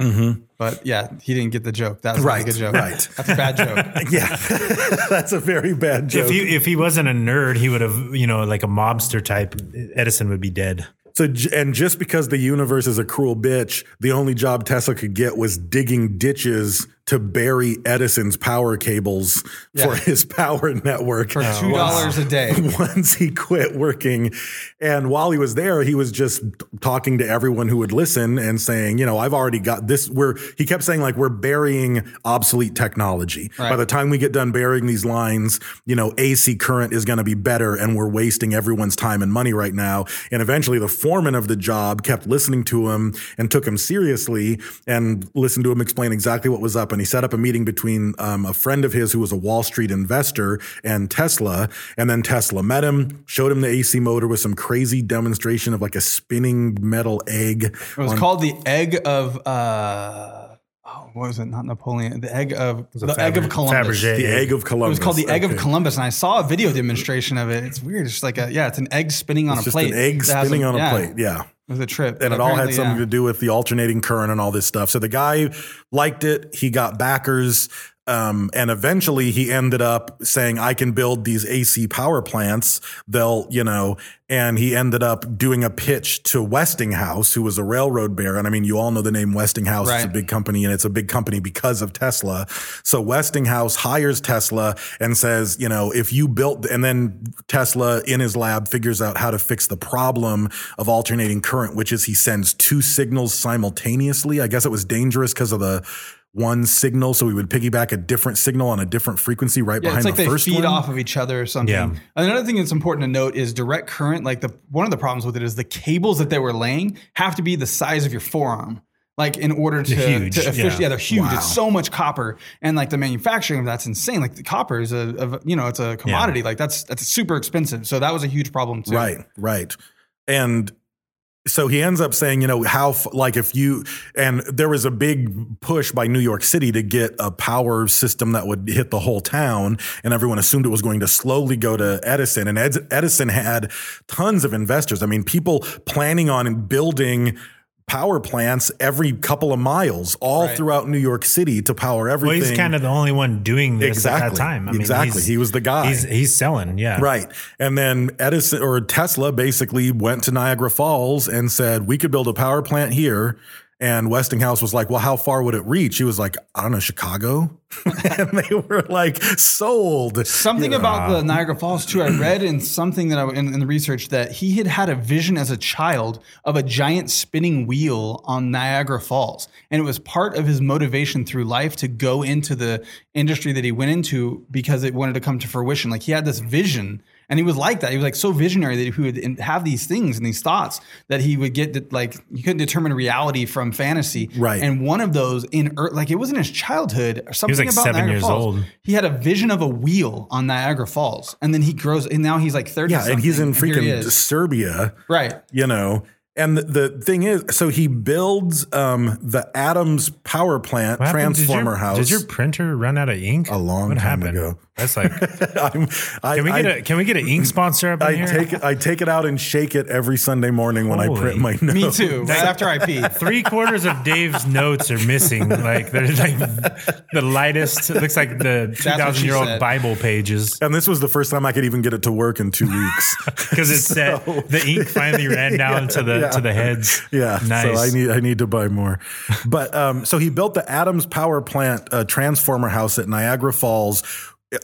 Speaker 4: But yeah, he didn't get the joke. That was not
Speaker 5: Right,
Speaker 4: a good joke.
Speaker 5: right.
Speaker 4: That's a bad joke.
Speaker 5: yeah, that's a very bad joke.
Speaker 6: If he if he wasn't a nerd, he would have you know like a mobster type. Edison would be dead.
Speaker 5: So, j- and just because the universe is a cruel bitch, the only job Tesla could get was digging ditches to bury Edison's power cables for
Speaker 4: Yeah.
Speaker 5: his power network.
Speaker 4: For $2 a day.
Speaker 5: Once he quit working. And while he was there, he was just talking to everyone who would listen and saying, you know, I've already got this. We're, he kept saying, like, we're burying obsolete technology. By
Speaker 4: Right.
Speaker 5: the time we get done burying these lines, you know, AC current is going to be better and we're wasting everyone's time and money right now. And eventually the foreman of the job kept listening to him and took him seriously and listened to him explain exactly what was up. And he set up a meeting between um, a friend of his who was a Wall Street investor and Tesla. And then Tesla met him, showed him the AC motor with some crazy demonstration of like a spinning metal egg.
Speaker 4: It was called the egg of, uh, oh, what was it? Not Napoleon. The egg of, the egg of Columbus.
Speaker 6: Fabergé.
Speaker 5: The egg of
Speaker 4: It
Speaker 5: Columbus.
Speaker 4: was called the egg
Speaker 5: Okay.
Speaker 4: of Columbus, and I saw a video demonstration of it. It's weird. It's just like a yeah, it's an egg spinning on
Speaker 5: It's
Speaker 4: a
Speaker 5: just
Speaker 4: plate.
Speaker 5: an egg
Speaker 4: that has
Speaker 5: spinning on a
Speaker 4: yeah,
Speaker 5: plate. Yeah.
Speaker 4: It was a trip,
Speaker 5: and it all had
Speaker 4: Apparently,
Speaker 5: something
Speaker 4: yeah.
Speaker 5: to do with the alternating current and all this stuff. So the guy liked it. He got backers. Um, and eventually he ended up saying, I can build these AC power plants. They'll, you know, and he ended up doing a pitch to Westinghouse, who was a railroad bear. And I mean, you all know the name Westinghouse. It's a
Speaker 4: Right.
Speaker 5: big company and it's a big company because of Tesla. So Westinghouse hires Tesla and says, you know, if you built, and then Tesla in his lab figures out how to fix the problem of alternating current, which is he sends two signals simultaneously. I guess it was dangerous because of the one signal. So we would piggyback a different signal on a different frequency right
Speaker 4: Yeah,
Speaker 5: behind
Speaker 4: it's like
Speaker 5: the
Speaker 4: they
Speaker 5: first
Speaker 4: feed
Speaker 5: one.
Speaker 4: off of each other or something.
Speaker 6: Yeah.
Speaker 4: Another thing that's important to note is direct current. Like the one of the problems with it is the cables that they were laying have to be the size of your forearm. Like in order to,
Speaker 6: They're huge,
Speaker 4: to effic-
Speaker 6: yeah.
Speaker 4: yeah. they're huge.
Speaker 5: Wow.
Speaker 4: It's so much copper, and like the manufacturing of that's insane. Like the copper is a, of you know, it's a commodity. Like that's that's super expensive. So that was a huge problem too.
Speaker 5: Right, right. And so he ends up saying, you know, how, f- like, if you, and there was a big push by New York City to get a power system that would hit the whole town. And everyone assumed it was going to slowly go to Edison. And Ed, Edison had tons of investors. I mean, people planning on building power plants every couple of miles all
Speaker 4: Right.
Speaker 5: throughout New York City to power
Speaker 6: Well,
Speaker 5: everything.
Speaker 6: he's kind of the only one doing this at
Speaker 5: Exactly.
Speaker 6: that time. I mean,
Speaker 5: Exactly.
Speaker 6: he's-
Speaker 5: He was the guy.
Speaker 6: He's he's selling. Yeah.
Speaker 5: Right. And then Edison or Tesla basically went to Niagara Falls and said, we could build a power plant here. And Westinghouse was like, well, how far would it reach? He was like, I don't know, Chicago. and they were like, sold.
Speaker 4: Something about the Niagara Falls too. I read in something that I in, in the research that he had had a vision as a child of a giant spinning wheel on Niagara Falls, and it was part of his motivation through life to go into the industry that he went into because it wanted to come to fruition. Like he had this vision, and he was like that. He was like so visionary that he would in- have these things and these thoughts that he would get that like he couldn't determine reality from fantasy.
Speaker 5: Right.
Speaker 4: And one of those in Earth, like it was in his childhood or something
Speaker 6: like,
Speaker 4: about
Speaker 6: seven
Speaker 4: Niagara
Speaker 6: years
Speaker 4: Falls.
Speaker 6: old.
Speaker 4: He had a vision of a wheel on Niagara Falls, and then he grows, and now he's like thirty.
Speaker 5: Yeah. And he's in
Speaker 4: something, and here he
Speaker 5: freaking
Speaker 4: is.
Speaker 5: Serbia.
Speaker 4: right.
Speaker 5: you know. And the, the thing is, so he builds um, the Adams power plant
Speaker 6: What happened? Did your-
Speaker 5: transformer house.
Speaker 6: Did your printer run out of ink?
Speaker 5: A long
Speaker 6: What
Speaker 5: time
Speaker 6: happened?
Speaker 5: ago.
Speaker 6: That's like.
Speaker 5: I'm, I,
Speaker 6: Can we get
Speaker 5: I-
Speaker 6: a Can we get an ink sponsor up in
Speaker 5: I
Speaker 6: here?
Speaker 5: take it. I take it out and shake it every Sunday morning when I
Speaker 6: Holy.
Speaker 5: print my notes.
Speaker 4: Me too. Right after I pee.
Speaker 6: Three quarters of Dave's notes are missing. Like they're like the lightest. It looks like the two
Speaker 4: she
Speaker 6: thousand year old
Speaker 4: said.
Speaker 6: Bible pages
Speaker 5: And this was the first time I could even get it to work in two weeks.
Speaker 6: because it said the ink finally ran down to the to the heads.
Speaker 5: yeah,
Speaker 6: nice.
Speaker 5: so I need I need to buy more. But um, so he built the Adams Power Plant uh, transformer house at Niagara Falls.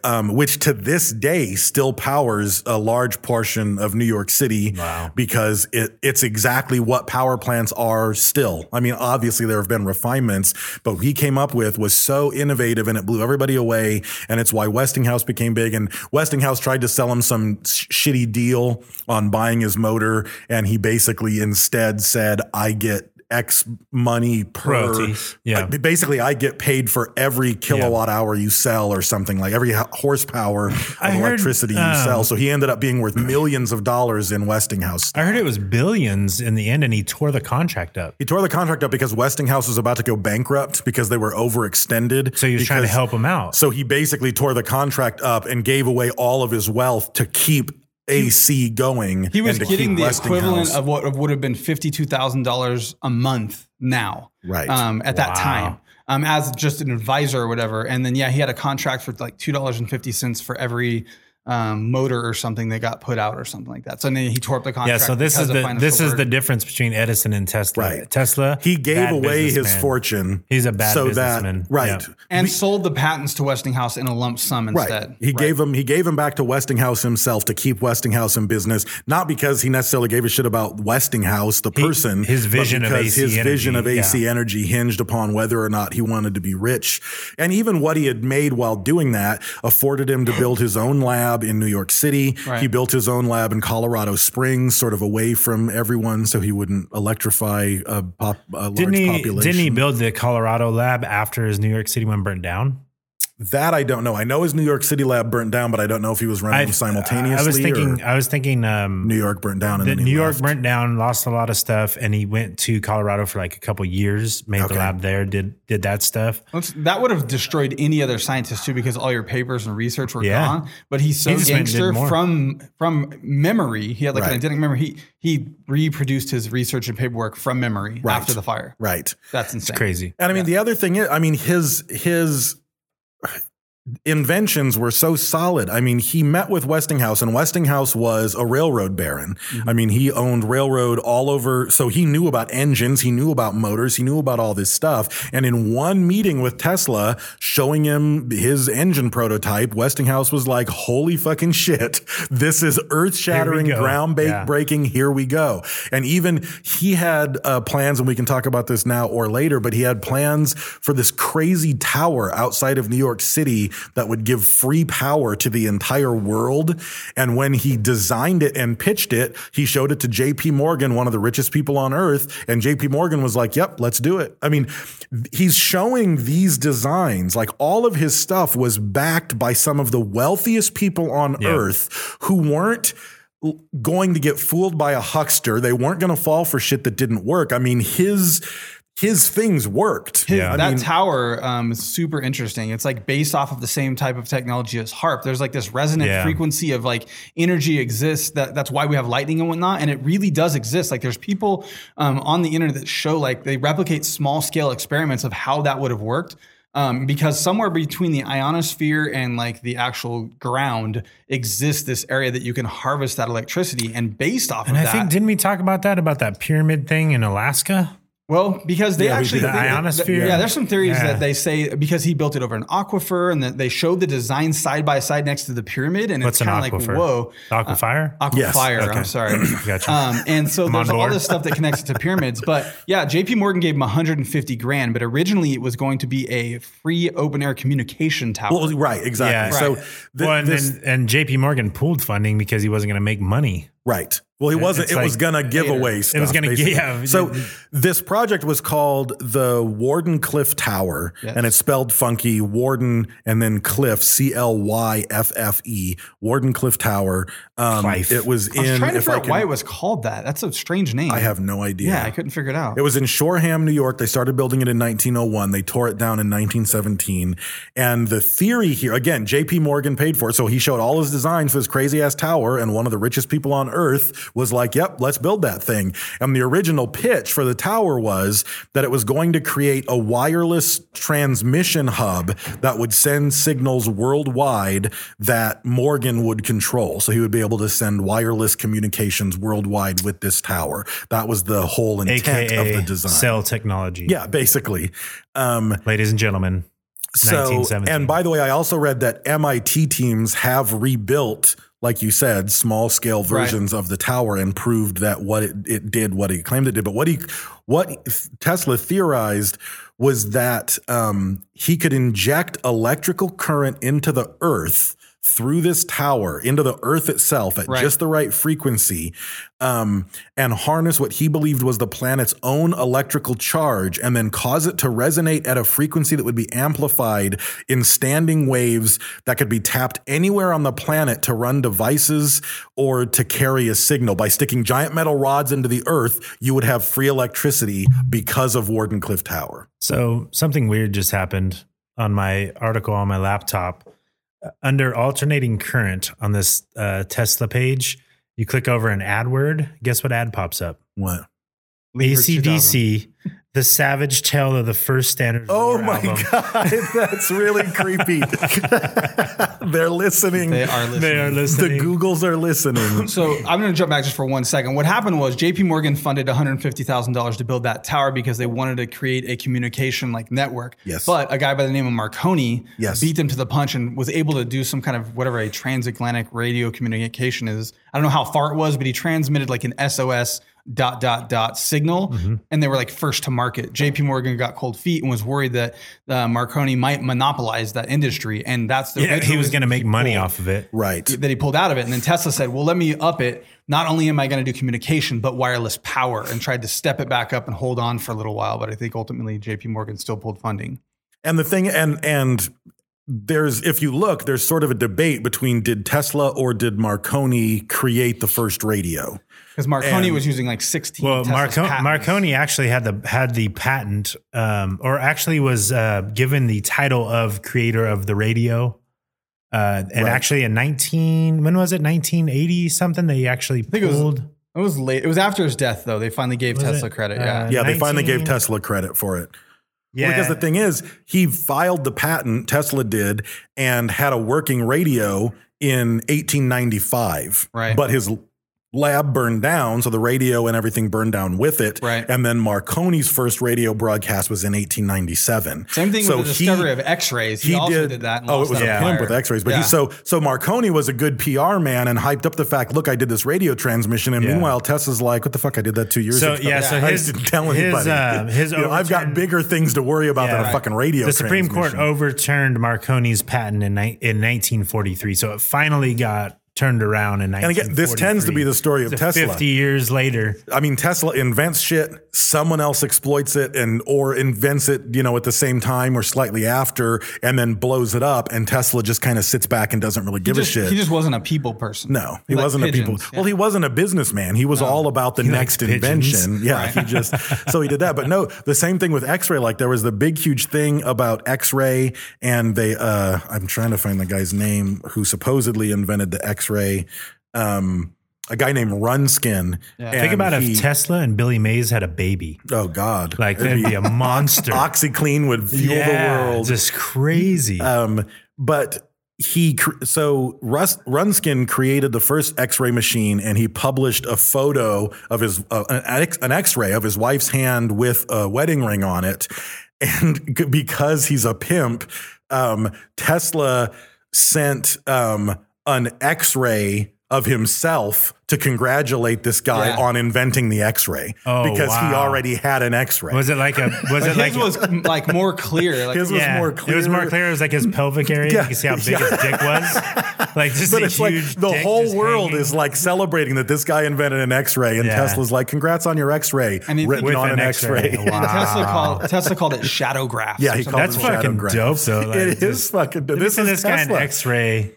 Speaker 5: Um, which to this day still powers a large portion of New York City because it, it's exactly what power plants are still. I mean, obviously there have been refinements, but what he came up with was so innovative and it blew everybody away. And it's why Westinghouse became big. And Westinghouse tried to sell him some sh- shitty deal on buying his motor. And he basically instead said, I get X money per.
Speaker 6: Royalty, yeah.
Speaker 5: Uh, basically, I get paid for every kilowatt hour you sell, or something like every ho- horsepower of
Speaker 6: I heard,
Speaker 5: electricity
Speaker 6: um,
Speaker 5: you sell. So he ended up being worth millions of dollars in Westinghouse.
Speaker 6: I heard it was billions in the end, and he tore the contract up.
Speaker 5: He tore the contract up because Westinghouse was about to go bankrupt because they were overextended.
Speaker 6: So he was trying to
Speaker 5: because-
Speaker 6: help him out.
Speaker 5: So he basically tore the contract up and gave away all of his wealth to keep AC going.
Speaker 4: He was
Speaker 5: and to
Speaker 4: getting
Speaker 5: keep
Speaker 4: the
Speaker 5: Westinghouse.
Speaker 4: equivalent of what would have been fifty-two thousand dollars a month now,
Speaker 5: Right.
Speaker 4: Um, at that
Speaker 6: Wow.
Speaker 4: time, um, as just an advisor or whatever, and then yeah, he had a contract for like two dollars and fifty cents for every um, motor or something that got put out or something like that. So then he tore up the
Speaker 6: yeah.
Speaker 4: contract.
Speaker 6: So this
Speaker 4: because
Speaker 6: is
Speaker 4: of
Speaker 6: the
Speaker 4: financial
Speaker 6: this is the
Speaker 4: burden.
Speaker 6: difference between Edison and Tesla.
Speaker 5: Right.
Speaker 6: Tesla.
Speaker 5: He gave
Speaker 6: bad
Speaker 5: away his
Speaker 6: businessman.
Speaker 5: fortune.
Speaker 6: He's a bad
Speaker 5: so
Speaker 6: businessman.
Speaker 5: That, right.
Speaker 6: Yeah.
Speaker 4: and sold the patents to Westinghouse in a lump sum
Speaker 5: Right.
Speaker 4: instead.
Speaker 5: He gave him he gave him back to Westinghouse himself to keep Westinghouse in business, not because he necessarily gave a shit about Westinghouse the person,
Speaker 6: his
Speaker 5: but
Speaker 6: vision of
Speaker 5: because
Speaker 6: AC
Speaker 5: his vision of
Speaker 6: energy,
Speaker 5: AC
Speaker 6: yeah.
Speaker 5: energy hinged upon whether or not he wanted to be rich, and even what he had made while doing that afforded him to build his own lab in New York City.
Speaker 4: Right.
Speaker 5: He built his own lab in Colorado Springs, sort of away from everyone, so he wouldn't electrify a, pop, a large
Speaker 6: Didn't he?
Speaker 5: population.
Speaker 6: Didn't he build the Colorado lab after his New York City one burned down?
Speaker 5: That I don't know. I know his New York City lab burnt down, but I don't know if he was running them simultaneously.
Speaker 6: I was
Speaker 5: or-
Speaker 6: thinking. I was thinking. Um,
Speaker 5: New York burnt down. And
Speaker 6: that
Speaker 5: then he
Speaker 6: New York
Speaker 5: left.
Speaker 6: burnt down, lost a lot of stuff, and he went to Colorado for like a couple years, made
Speaker 5: Okay.
Speaker 6: the lab there, did did that stuff.
Speaker 4: Let's- that would have destroyed any other scientist too, because all your papers and research were
Speaker 6: Yeah.
Speaker 4: gone. But he's so
Speaker 6: He just went and did
Speaker 4: gangster
Speaker 6: more.
Speaker 4: from from memory. He had like
Speaker 5: Right.
Speaker 4: an identical memory. He he reproduced his research and paperwork from memory
Speaker 5: Right.
Speaker 4: after the fire.
Speaker 5: Right.
Speaker 4: That's insane.
Speaker 6: Crazy.
Speaker 5: And I mean, the other thing is, I mean, his his inventions were so solid. I mean, he met with Westinghouse, and Westinghouse was a railroad baron.
Speaker 6: Mm-hmm.
Speaker 5: I mean, he owned railroad all over, so he knew about engines, he knew about motors, he knew about all this stuff. And in one meeting with Tesla, showing him his engine prototype, Westinghouse was like, "Holy fucking shit! This is earth shattering,
Speaker 6: Here we go.
Speaker 5: ground ba-
Speaker 6: Yeah.
Speaker 5: breaking. Here we go." And even he had uh, plans, and we can talk about this now or later, but he had plans for this crazy tower outside of New York City that would give free power to the entire world. And when he designed it and pitched it, he showed it to J.P. Morgan, one of the richest people on earth, and J.P. Morgan was like, "Yep, let's do it." I mean, th- he's showing these designs. Like all of his stuff was backed by some of the wealthiest people on
Speaker 6: Yeah.
Speaker 5: earth who weren't l- going to get fooled by a huckster. They weren't going to fall for shit that didn't work. I mean, his his things worked.
Speaker 4: His-
Speaker 6: Yeah. I
Speaker 4: that tower um, is super interesting. It's like based off of the same type of technology as harp. There's like this resonant
Speaker 6: Yeah.
Speaker 4: frequency of like energy exists. That that's why we have lightning and whatnot. And it really does exist. Like there's people um, on the internet that show like they replicate small scale experiments of how that would have worked. Um, because somewhere between the ionosphere and like the actual ground exists this area that you can harvest that electricity. And based off
Speaker 6: And
Speaker 4: of
Speaker 6: I
Speaker 4: that,
Speaker 6: think didn't we talk about that about that pyramid thing in Alaska?
Speaker 4: well, because they
Speaker 5: Yeah, we
Speaker 4: actually
Speaker 5: did.
Speaker 6: The ionosphere?
Speaker 4: Yeah, there's some theories
Speaker 6: Yeah.
Speaker 4: that they say because he built it over an aquifer, and that they showed the design side by side next to the pyramid, and
Speaker 6: What's
Speaker 4: it's
Speaker 6: an
Speaker 4: kind of like
Speaker 6: aquifer?
Speaker 4: whoa, Uh,
Speaker 6: Aquifer.
Speaker 4: aquifer.
Speaker 5: Yes,
Speaker 4: I'm sorry.
Speaker 6: Gotcha.
Speaker 4: Um, and so
Speaker 6: I'm on
Speaker 4: there's all
Speaker 6: board.
Speaker 4: this stuff that connects it to pyramids. But yeah, JP Morgan gave him 150 grand, but originally it was going to be a free open air communication tower.
Speaker 5: Well, right, exactly.
Speaker 6: Yeah.
Speaker 5: So,
Speaker 4: Right.
Speaker 5: th-
Speaker 6: well, and,
Speaker 5: this-
Speaker 6: then, and JP Morgan pooled funding because he wasn't going to make money.
Speaker 5: Right. Well, he wasn't.
Speaker 6: it's
Speaker 5: It was
Speaker 6: like
Speaker 5: gonna give
Speaker 4: later.
Speaker 5: away. Stuff,
Speaker 6: gonna gi-
Speaker 5: basically.
Speaker 6: yeah.
Speaker 5: So this project was called the Warden Cliff Tower,
Speaker 4: Yes.
Speaker 5: and it's spelled funky Warden and then Cliff C L Y F F E Warden Cliff Tower. Um,
Speaker 6: Cliff.
Speaker 5: it was
Speaker 4: I was
Speaker 5: in.
Speaker 4: trying to
Speaker 5: if
Speaker 4: figure
Speaker 5: I
Speaker 4: out
Speaker 5: can-
Speaker 4: why it was called that. That's a strange name.
Speaker 5: I have no idea.
Speaker 4: Yeah, I couldn't figure it out.
Speaker 5: It was in Shoreham, New York. They started building it in 1901. They tore it down in 1917. And the theory here, again, J.P. Morgan paid for it. So he showed all his designs for this crazy ass tower. And one of the richest people on earth was like, yep, let's build that thing. And the original pitch for the tower was that it was going to create a wireless transmission hub that would send signals worldwide that Morgan would control. So he would be able to send wireless communications worldwide with this tower. That was the whole intent of
Speaker 6: AKA
Speaker 5: the design.
Speaker 6: cell technology.
Speaker 5: yeah, basically. Um,
Speaker 6: Ladies and gentlemen,
Speaker 5: so,
Speaker 6: 1917.
Speaker 5: and by the way, I also read that MIT teams have rebuilt, like you said, small scale
Speaker 4: Right.
Speaker 5: versions of the tower and proved that what it, it did, what he claimed it did. But what he, what Tesla theorized was that um, he could inject electrical current into the earth through this tower into the earth itself at
Speaker 4: Right.
Speaker 5: just the right frequency um, and harness what he believed was the planet's own electrical charge and then cause it to resonate at a frequency that would be amplified in standing waves that could be tapped anywhere on the planet to run devices or to carry a signal. By sticking giant metal rods into the earth, you would have free electricity because of Wardenclyffe Tower.
Speaker 6: So something weird just happened on my article on my laptop. Uh, Under alternating current on this uh, Tesla page, you click over an ad word. Guess what ad pops up?
Speaker 5: What?
Speaker 4: Lever 2000.
Speaker 6: ACDC, the savage tale of the first standard.
Speaker 5: Oh
Speaker 6: War
Speaker 5: my
Speaker 6: album.
Speaker 5: God, that's really creepy. They're listening.
Speaker 4: They are listening.
Speaker 6: They are
Speaker 5: The
Speaker 6: listening.
Speaker 5: Googles are listening.
Speaker 4: So I'm going to jump back just for one second. What happened was JP Morgan funded $150,000 to build that tower because they wanted to create a communication like network.
Speaker 5: Yes.
Speaker 4: But a guy by the name of Marconi
Speaker 5: Yes.
Speaker 4: beat them to the punch and was able to do some kind of whatever a transatlantic radio communication is. I don't know how far it was, but he transmitted like an SOS dot dot dot signal
Speaker 6: Mm-hmm.
Speaker 4: and they were like first to market. JP Morgan got cold feet and was worried that uh, Marconi might monopolize that industry and that's the
Speaker 6: Yeah, he
Speaker 4: original
Speaker 6: was
Speaker 4: reason
Speaker 6: going to make money
Speaker 4: pulled
Speaker 6: off of it.
Speaker 5: right.
Speaker 4: that he pulled out of it. And then Tesla said, well, let me up it. Not only am I going to do communication, but wireless power and tried to step it back up and hold on for a little while. But I think ultimately JP Morgan still pulled funding.
Speaker 5: And the thing, and and there's if you look, there's sort of a debate between did Tesla or did Marconi create the first radio?
Speaker 4: Because Marconi
Speaker 5: And-
Speaker 4: was using like 16
Speaker 6: Well,
Speaker 4: Tesla's
Speaker 6: Marco-
Speaker 4: patents.
Speaker 6: Marconi actually had the had the patent, um, or actually was uh, given the title of creator of the radio. Uh, and
Speaker 5: Right.
Speaker 6: actually, in nineteen, when was it? Nineteen eighty something. They actually
Speaker 4: think it was-
Speaker 6: pulled.
Speaker 4: It was late. It was after his death, though. They finally gave
Speaker 6: Was
Speaker 4: Tesla
Speaker 6: it?
Speaker 4: credit.
Speaker 6: Uh,
Speaker 4: yeah.
Speaker 5: Yeah, they finally
Speaker 6: 19
Speaker 5: gave Tesla credit for it.
Speaker 6: yeah,
Speaker 5: Because the thing is, he filed the patent, Tesla did, and had a working radio in 1895.
Speaker 4: Right.
Speaker 5: But his lab burned down, so the radio and everything burned down with it.
Speaker 4: Right.
Speaker 5: And then Marconi's first radio broadcast was in 1897.
Speaker 4: Same thing
Speaker 5: So
Speaker 4: with the
Speaker 5: he-
Speaker 4: discovery of X-rays. He, also did, that. and
Speaker 5: Oh, it
Speaker 4: lost
Speaker 5: was
Speaker 4: that
Speaker 5: a
Speaker 4: on
Speaker 5: pimp
Speaker 4: fire.
Speaker 5: with X-rays. But
Speaker 4: Yeah.
Speaker 5: he so so Marconi was a good PR man and hyped up the fact. Look, I did this radio transmission, and
Speaker 6: Yeah.
Speaker 5: meanwhile Tesla's like, "What the fuck? I did that two years
Speaker 6: So,
Speaker 5: ago."
Speaker 6: yeah, so
Speaker 5: I
Speaker 6: his-
Speaker 5: didn't tell
Speaker 6: his,
Speaker 5: anybody.
Speaker 6: um, his
Speaker 5: You know, I've got
Speaker 6: overturned-
Speaker 5: bigger things to worry about
Speaker 6: Yeah,
Speaker 5: than
Speaker 6: right.
Speaker 5: a fucking radio.
Speaker 6: the Supreme Court
Speaker 5: transmission.
Speaker 6: overturned Marconi's patent in, ni- in 1943. So it finally got turned around in 1943.
Speaker 5: And again, this tends to be the story of
Speaker 6: So
Speaker 5: Tesla.
Speaker 6: 50 years later.
Speaker 5: I mean, Tesla invents shit, someone else exploits it and or invents it, you know, at the same time or slightly after, and then blows it up, and Tesla just kind of sits back and doesn't really give
Speaker 4: Just-
Speaker 5: a shit.
Speaker 4: He just wasn't a people person.
Speaker 5: No, he
Speaker 4: liked
Speaker 5: wasn't a
Speaker 4: pigeons,
Speaker 5: people.
Speaker 4: yeah.
Speaker 5: Well, he wasn't a businessman. He was all about the
Speaker 6: likes
Speaker 5: next invention.
Speaker 6: pigeons.
Speaker 5: Yeah, he just so he did that. But no, the same thing with X-ray. Like there was the big huge thing about X-ray, and they. uh I'm trying to find the guy's name who supposedly invented the X-ray. Um, a guy named Runskin.
Speaker 6: Think about
Speaker 5: he,
Speaker 6: if Tesla and Billy Mays had a baby.
Speaker 5: Oh God,
Speaker 6: Like, that'd be a monster.
Speaker 5: OxyClean would fuel the world.
Speaker 6: Just crazy.
Speaker 5: Um, but he cr- so Rus Runskin created the first X-ray machine, and he published a photo of his uh, an, X- an X-ray of his wife's hand with a wedding ring on it, and c- because he's a pimp, um, Tesla sent um, an X-ray. Of himself to congratulate this guy
Speaker 4: Yeah.
Speaker 5: on inventing the X-ray
Speaker 6: Oh,
Speaker 5: because he
Speaker 6: wow.
Speaker 5: already had an X-ray.
Speaker 6: was it like a? Was it like?
Speaker 4: His was like more clear. Like,
Speaker 5: His was
Speaker 6: yeah,
Speaker 5: more
Speaker 6: It was more
Speaker 5: clear.
Speaker 6: clear. It was like his pelvic area.
Speaker 5: Yeah,
Speaker 6: You can see how big
Speaker 5: yeah.
Speaker 6: his dick was. Like just
Speaker 5: but
Speaker 6: a
Speaker 5: it's like
Speaker 6: huge.
Speaker 5: the
Speaker 6: dick
Speaker 5: whole
Speaker 6: just
Speaker 5: world
Speaker 6: hanging.
Speaker 5: is like celebrating that this guy invented an X-ray, and
Speaker 6: Yeah.
Speaker 5: Tesla's like, "Congrats on your X-ray,"
Speaker 4: And he-
Speaker 5: written
Speaker 4: With
Speaker 5: on
Speaker 6: an
Speaker 5: an X-ray.
Speaker 6: X-ray. Wow.
Speaker 4: Tesla called Tesla called it shadow graphs.
Speaker 5: yeah,
Speaker 4: or
Speaker 5: he
Speaker 4: something.
Speaker 5: called
Speaker 6: That's
Speaker 5: it
Speaker 6: fucking
Speaker 5: shadowgraph.
Speaker 6: dope, though. Like,
Speaker 5: it is
Speaker 6: just-
Speaker 5: fucking dope.
Speaker 6: Let me
Speaker 5: This
Speaker 6: send
Speaker 5: is
Speaker 6: this guy an
Speaker 5: Tesla.
Speaker 6: X-ray.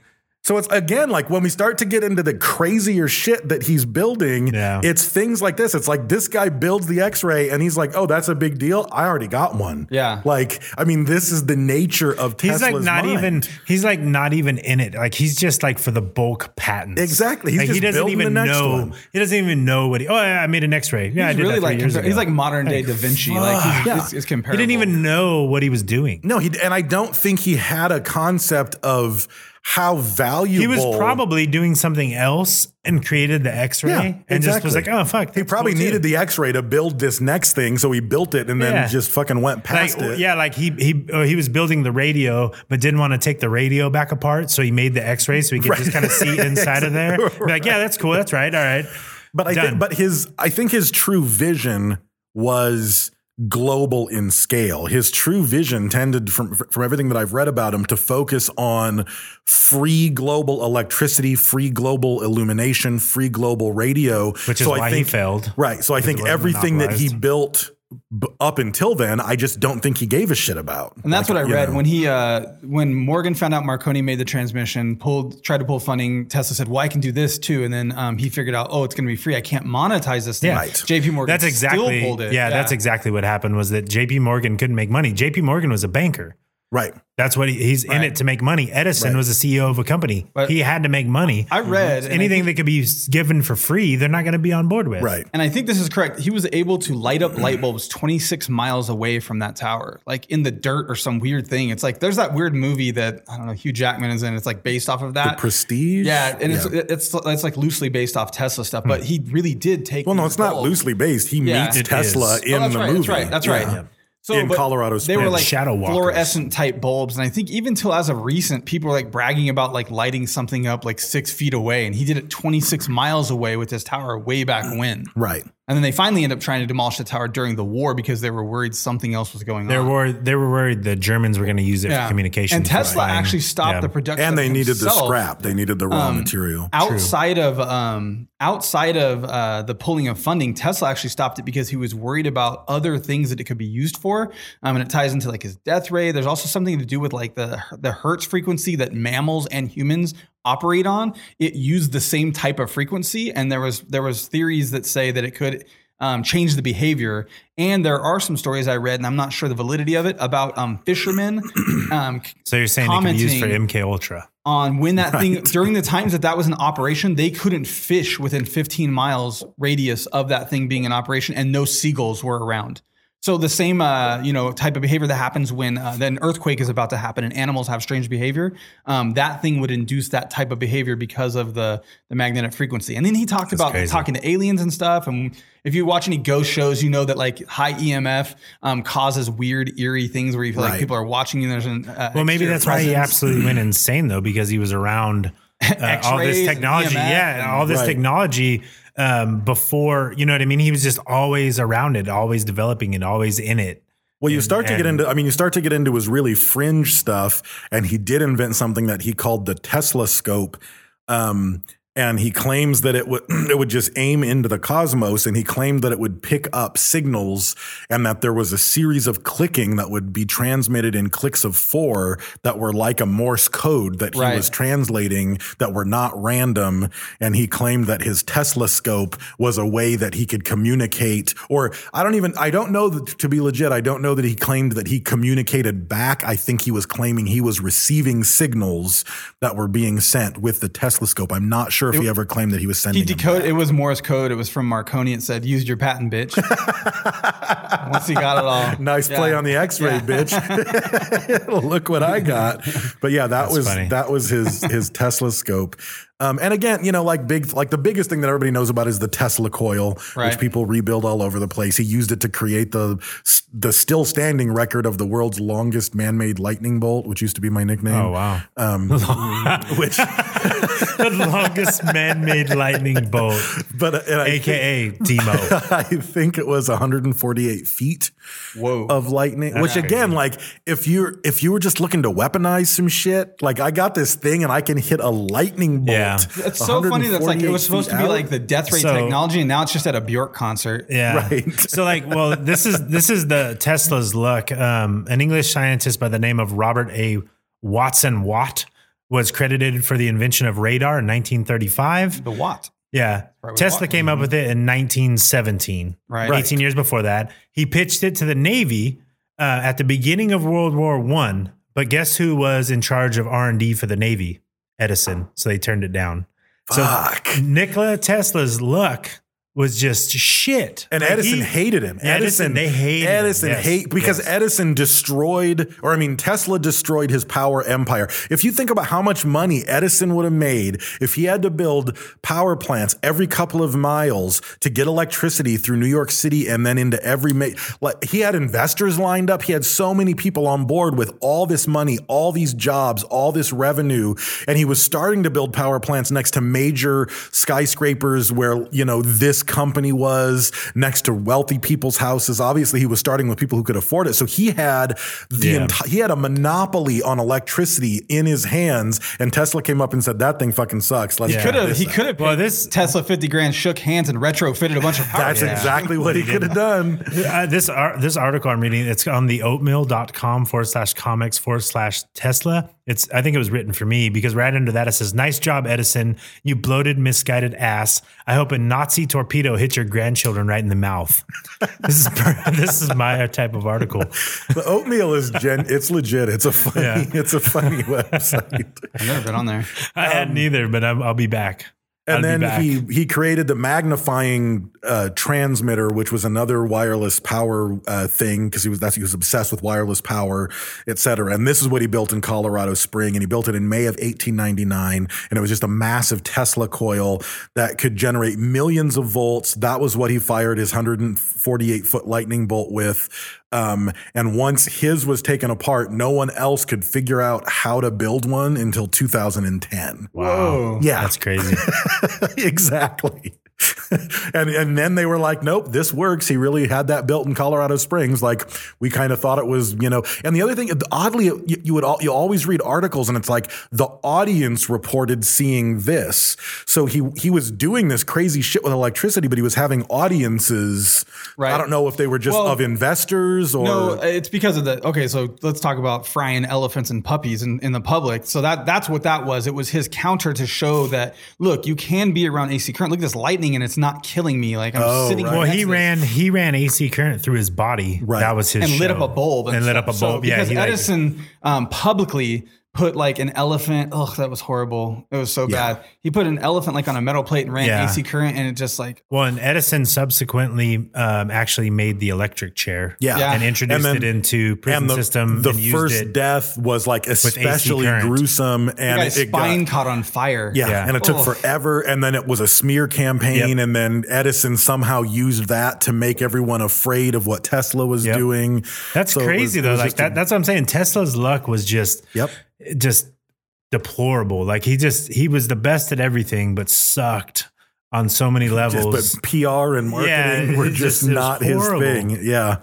Speaker 5: So it's again like when we start to get into the crazier shit that he's building,
Speaker 6: Yeah.
Speaker 5: it's things like this. It's like this guy builds the X-ray, and he's like, "Oh, that's a big deal. I already got one."
Speaker 4: Yeah.
Speaker 5: like I mean, this is the nature of
Speaker 6: He's
Speaker 5: Tesla's
Speaker 6: like not
Speaker 5: mind.
Speaker 6: even. He's like not even in it. Like he's just like for the bulk patents.
Speaker 5: Exactly. He's
Speaker 6: Like, he
Speaker 5: just
Speaker 6: doesn't
Speaker 5: building
Speaker 6: even
Speaker 5: the next
Speaker 6: know.
Speaker 5: one.
Speaker 6: He doesn't even know what he. Oh, yeah, I made an X-ray. Yeah, I
Speaker 4: he's
Speaker 6: did
Speaker 4: really
Speaker 6: that three
Speaker 4: like
Speaker 6: years
Speaker 4: compar-
Speaker 6: ago.
Speaker 4: he's like modern day Da Vinci. Like he's, it's, it's
Speaker 6: He
Speaker 4: comparable.
Speaker 6: didn't even know what he was doing.
Speaker 5: No, he and I don't think he had a concept of how valuable
Speaker 6: He was probably doing something else and created the X-ray
Speaker 5: Yeah,
Speaker 6: and just was like,
Speaker 5: exactly.
Speaker 6: "Oh fuck."
Speaker 5: He
Speaker 6: that's
Speaker 5: probably
Speaker 6: cool, too."
Speaker 5: needed the X-ray to build this next thing, so he built it and then
Speaker 6: Yeah.
Speaker 5: just fucking went past
Speaker 6: like,
Speaker 5: it.
Speaker 6: Yeah, like he he or he was building the radio, but didn't want to take the radio back apart, so he made the X-ray so he could just kind of see inside of there. Be like, yeah, that's cool. That's right. All right.
Speaker 5: but I
Speaker 6: done.
Speaker 5: think, but his, I think his true vision was global in scale. His true vision tended from from everything that I've read about him to focus on free global electricity, free global illumination, free global radio,
Speaker 6: Which is why he failed.
Speaker 5: Right. So I
Speaker 6: Because it
Speaker 5: think
Speaker 6: was
Speaker 5: everything that he
Speaker 6: monopolized.
Speaker 5: built b- up until then, I just don't think he gave a shit about.
Speaker 4: And that's
Speaker 5: Like,
Speaker 4: what I
Speaker 5: you
Speaker 4: read
Speaker 5: know.
Speaker 4: when he uh, when Morgan found out Marconi made the transmission, pulled tried to pull funding. Tesla said, "Well, I can do this too." And then um, he figured out, "Oh, it's going to be free. I can't monetize this thing."
Speaker 6: Yeah.
Speaker 5: Right.
Speaker 4: JP Morgan
Speaker 6: That's exactly
Speaker 4: still pulled it.
Speaker 6: yeah, that's exactly what happened was that JP Morgan couldn't make money. JP Morgan was a banker.
Speaker 5: right.
Speaker 6: That's what he, he's in
Speaker 4: Right.
Speaker 6: it to make money. Edison
Speaker 5: Right.
Speaker 6: was the CEO of a company.
Speaker 4: But-
Speaker 6: he had to make money.
Speaker 4: I read and I
Speaker 6: anything that could be given for free, they're not going to be on board with.
Speaker 5: Right.
Speaker 4: And I think this is correct. He was able to light up light bulbs 26 miles away from that tower, like in the dirt or some weird thing. It's like there's that weird movie that I don't know Hugh Jackman is in. It's like based off of that.
Speaker 5: Prestige.
Speaker 4: yeah, and it's it's it's like loosely based off Tesla stuff, but he really did take.
Speaker 5: Hmm. Well, no,
Speaker 4: these
Speaker 5: it's not
Speaker 4: bulbs.
Speaker 5: loosely based. He
Speaker 4: Yeah.
Speaker 5: meets
Speaker 4: It
Speaker 5: Tesla
Speaker 6: is.
Speaker 5: in
Speaker 4: Oh, that's
Speaker 5: the
Speaker 4: right,
Speaker 5: movie.
Speaker 4: That's right. That's
Speaker 5: Yeah.
Speaker 4: right. So,
Speaker 5: In
Speaker 4: but
Speaker 5: Colorado
Speaker 4: they were
Speaker 5: Springs.
Speaker 4: like
Speaker 6: Shadow walkers.
Speaker 4: fluorescent type bulbs, and I think even till as of recent, people are like bragging about like lighting something up like six feet away, and he did it 26 miles away with his tower way back
Speaker 5: Hmm.
Speaker 4: when.
Speaker 5: Right.
Speaker 4: And then they finally end up trying to demolish the tower during the war because they were worried something else was going
Speaker 6: They
Speaker 4: on.
Speaker 6: were they were worried the Germans were going to use it
Speaker 4: Yeah.
Speaker 6: for communication.
Speaker 4: And
Speaker 6: for
Speaker 4: Tesla
Speaker 6: flying.
Speaker 4: actually stopped
Speaker 6: Yeah.
Speaker 4: the production.
Speaker 5: And they
Speaker 4: of
Speaker 5: needed the
Speaker 4: himself Um,
Speaker 5: scrap. They needed the raw material.
Speaker 4: Outside of um, outside of uh, the pulling of funding, Tesla actually stopped it because he was worried about other things that it could be used for, um, and it ties into like his death rate. There's also something to do with like the the Hertz frequency that mammals and humans operate on. It used the same type of frequency, and there was there was theories that say that it could. Um, change the behavior, and there are some stories I read, and I'm not sure the validity of it about um, fishermen um,
Speaker 6: So you're saying they could be used for
Speaker 4: commenting-
Speaker 6: MK Ultra?
Speaker 4: on when that thing
Speaker 5: Right.
Speaker 4: during the times that that was in operation, they couldn't fish within 15 miles radius of that thing being in operation, and no seagulls were around. So the same, uh, you know, type of behavior that happens when uh, then earthquake is about to happen and animals have strange behavior. Um, that thing would induce that type of behavior because of the the magnetic frequency. And then he talked about
Speaker 6: crazy.
Speaker 4: talking to aliens and stuff. And if you watch any ghost shows, you know that like high EMF um, causes weird, eerie things where you feel like
Speaker 5: Right.
Speaker 4: people are watching you. And there's an uh,
Speaker 6: Well, maybe
Speaker 4: exterior
Speaker 6: that's why he
Speaker 4: presence.
Speaker 6: absolutely went insane though, because he was around uh, all this
Speaker 4: X-rays,
Speaker 6: technology.
Speaker 4: EMF,
Speaker 6: yeah,
Speaker 4: and-
Speaker 6: all this
Speaker 5: Right.
Speaker 6: technology um, before you know what I mean. He was just always around it, always developing it, always in it.
Speaker 5: Well, you start to get
Speaker 6: and-
Speaker 5: into, I mean, you start to get into his really fringe stuff. And he did invent something that he called the Tesla scope. Um, and he claims that it would it would just aim into the cosmos, and he claimed that it would pick up signals, and that there was a series of clicking that would be transmitted in clicks of four that were like a Morse code that he
Speaker 4: Right.
Speaker 5: was translating that were not random. And he claimed that his Tesla scope was a way that he could communicate, or I don't even, I don't know that, to be legit. I don't know that he claimed that he communicated back. I think he was claiming he was receiving signals that were being sent with the Tesla scope. I'm not sure if he ever claimed that he was
Speaker 4: He
Speaker 5: sending. them.
Speaker 4: decoded. It was Morse code. It was from Marconi. It said, "Use your patent, bitch." Once he got it all,
Speaker 5: Nice play on the X-ray, bitch. Look what I got. But yeah, that was
Speaker 6: funny.
Speaker 5: that was his his Tesla scope. Um, and again, you know, like big, like the biggest thing that everybody knows about is the Tesla coil,
Speaker 4: Right.
Speaker 5: which people rebuild all over the place. He used it to create the the still standing record of the world's longest man-made lightning bolt, which used to be my nickname.
Speaker 6: Oh wow!
Speaker 5: Um, Which,
Speaker 6: the longest man-made lightning bolt,
Speaker 5: but uh, and I,
Speaker 6: aka Demo.
Speaker 5: I think it was 148 feet.
Speaker 4: Whoa.
Speaker 5: of lightning. which again, like if you're if you were just looking to weaponize some shit, like I got this thing and I can hit a lightning bolt.
Speaker 6: Yeah.
Speaker 4: it's so funny that's like it
Speaker 5: 148
Speaker 4: was supposed to
Speaker 5: feet
Speaker 4: be
Speaker 5: out.
Speaker 4: like the death rate
Speaker 6: So-
Speaker 4: technology, and now it's just at a Bjork concert.
Speaker 6: Yeah.
Speaker 5: Right.
Speaker 6: So like, well, this is this is the Tesla's luck. Um, an English scientist by the name of Robert A. Watson Watt was credited for the invention of radar in 1935.
Speaker 4: The watt.
Speaker 6: Yeah.
Speaker 4: Probably
Speaker 6: Tesla
Speaker 4: Watt.
Speaker 6: came up with it in 1917.
Speaker 4: Right. Right.
Speaker 6: 18 years before that, he pitched it to the Navy uh, at the beginning of World War One. But guess who was in charge of R and D for the Navy? Edison. So they turned it down.
Speaker 5: fuck.
Speaker 6: So Nikola Tesla's luck was just shit.
Speaker 5: and
Speaker 6: Like,
Speaker 5: Edison
Speaker 6: he-
Speaker 5: hated him.
Speaker 6: Edison, they hated him.
Speaker 5: Edison
Speaker 6: Yes,
Speaker 5: hate because
Speaker 6: yes.
Speaker 5: Edison destroyed, or I mean, Tesla destroyed his power empire. If you think about how much money Edison would have made if he had to build power plants every couple of miles to get electricity through New York City and then into every ma- like he had investors lined up. He had so many people on board with all this money, all these jobs, all this revenue, and he was starting to build power plants next to major skyscrapers where you know this company was next to wealthy people's houses. Obviously, he was starting with people who could afford it. So he had the
Speaker 6: Yeah.
Speaker 5: enti- he had a monopoly on electricity in his hands. And Tesla came up and said, "That thing fucking sucks." Let's
Speaker 6: He
Speaker 5: check
Speaker 4: Could have
Speaker 5: this
Speaker 4: he
Speaker 5: out."
Speaker 4: could have
Speaker 6: Well,
Speaker 4: well,
Speaker 6: this-
Speaker 4: this Tesla fifty grand shook hands and retrofitted a bunch
Speaker 6: Oh,
Speaker 4: of power.
Speaker 5: That's exactly what he could have done.
Speaker 6: Uh, this ar- this article I'm reading, it's on the oatmeal.com forward slash comics forward slash Tesla. It's I think it was written for me because right under that it says, Nice job, Edison. You bloated, misguided ass. I hope a Nazi torpedo hits your grandchildren right in the mouth. this is this is my type of article.
Speaker 5: The oatmeal is gen. It's legit. It's a funny.
Speaker 6: Yeah.
Speaker 5: It's a funny website.
Speaker 4: I've never been on there.
Speaker 6: I
Speaker 5: Um,
Speaker 6: hadn't either, but I'm, I'll be back. I'll
Speaker 5: And
Speaker 6: be
Speaker 5: then
Speaker 6: back.
Speaker 5: he he created the magnifying uh, transmitter, which was another wireless power uh, thing because he was that's he was obsessed with wireless power, et cetera. And this is what he built in Colorado Spring, and he built it in May of 1899, and it was just a massive Tesla coil that could generate millions of volts. That was what he fired his 148 foot lightning bolt with. Um, and once his was taken apart, no one else could figure out how to build one until 2010.
Speaker 6: Wow.
Speaker 5: Yeah,
Speaker 6: That's crazy.
Speaker 5: exactly. and and then they were like, nope, this works. He really had that built in Colorado Springs. Like we kind of thought it was, you know. And the other thing, oddly, you, you would all, you always read articles, and it's like the audience reported seeing this. So he he was doing this crazy shit with electricity, but he was having audiences.
Speaker 4: Right.
Speaker 5: I don't know if they were just
Speaker 4: Well,
Speaker 5: of investors or
Speaker 4: No, it's because of the okay. So let's talk about frying elephants and puppies in, in the public. So that that's what that was. It was his counter to show that look, you can be around AC current. Look at this lightning, and it's not killing me. Like I'm sitting.
Speaker 6: Well,
Speaker 4: next to
Speaker 6: he
Speaker 4: this
Speaker 6: ran he ran AC current through his body.
Speaker 5: Right.
Speaker 6: That was his
Speaker 4: and lit
Speaker 6: show.
Speaker 4: up a bulb
Speaker 6: and, lit up a
Speaker 4: stuff. So
Speaker 6: bulb. yeah,
Speaker 4: because
Speaker 6: he like-
Speaker 4: Edison um, publicly put like an elephant. Oh, that was horrible. It was so bad. He put an elephant like on a metal plate and ran
Speaker 6: Yeah.
Speaker 4: AC current, and it just like
Speaker 6: Well, and Edison subsequently um, actually made the electric chair.
Speaker 5: Yeah.
Speaker 4: Yeah.
Speaker 6: And introduced
Speaker 5: And then-
Speaker 6: it into prison
Speaker 5: and the,
Speaker 6: system.
Speaker 5: the
Speaker 6: and used
Speaker 5: first
Speaker 6: it.
Speaker 5: death was like
Speaker 6: AC
Speaker 5: especially
Speaker 6: current.
Speaker 5: gruesome
Speaker 4: the
Speaker 5: and
Speaker 4: guy's
Speaker 5: it got-
Speaker 4: spine caught on fire.
Speaker 5: Yeah,
Speaker 6: Yeah.
Speaker 5: and it took
Speaker 4: Ugh.
Speaker 5: forever. And then it was a smear campaign.
Speaker 6: Yep.
Speaker 5: And then Edison somehow used that to make everyone afraid of what Tesla was
Speaker 6: Yep.
Speaker 5: doing.
Speaker 6: That's
Speaker 5: So it was-
Speaker 6: crazy
Speaker 5: it
Speaker 6: though.
Speaker 5: was
Speaker 6: Like
Speaker 5: just a-
Speaker 6: that. that's what I'm saying. Tesla's luck was just
Speaker 5: Yep.
Speaker 6: just deplorable. Like he just he was the best at everything, but sucked on so many
Speaker 5: Just,
Speaker 6: levels.
Speaker 5: but PR and marketing
Speaker 6: Yeah,
Speaker 5: were
Speaker 6: it
Speaker 5: just,
Speaker 6: just- it was
Speaker 5: not his
Speaker 6: horrible.
Speaker 5: thing. Yeah.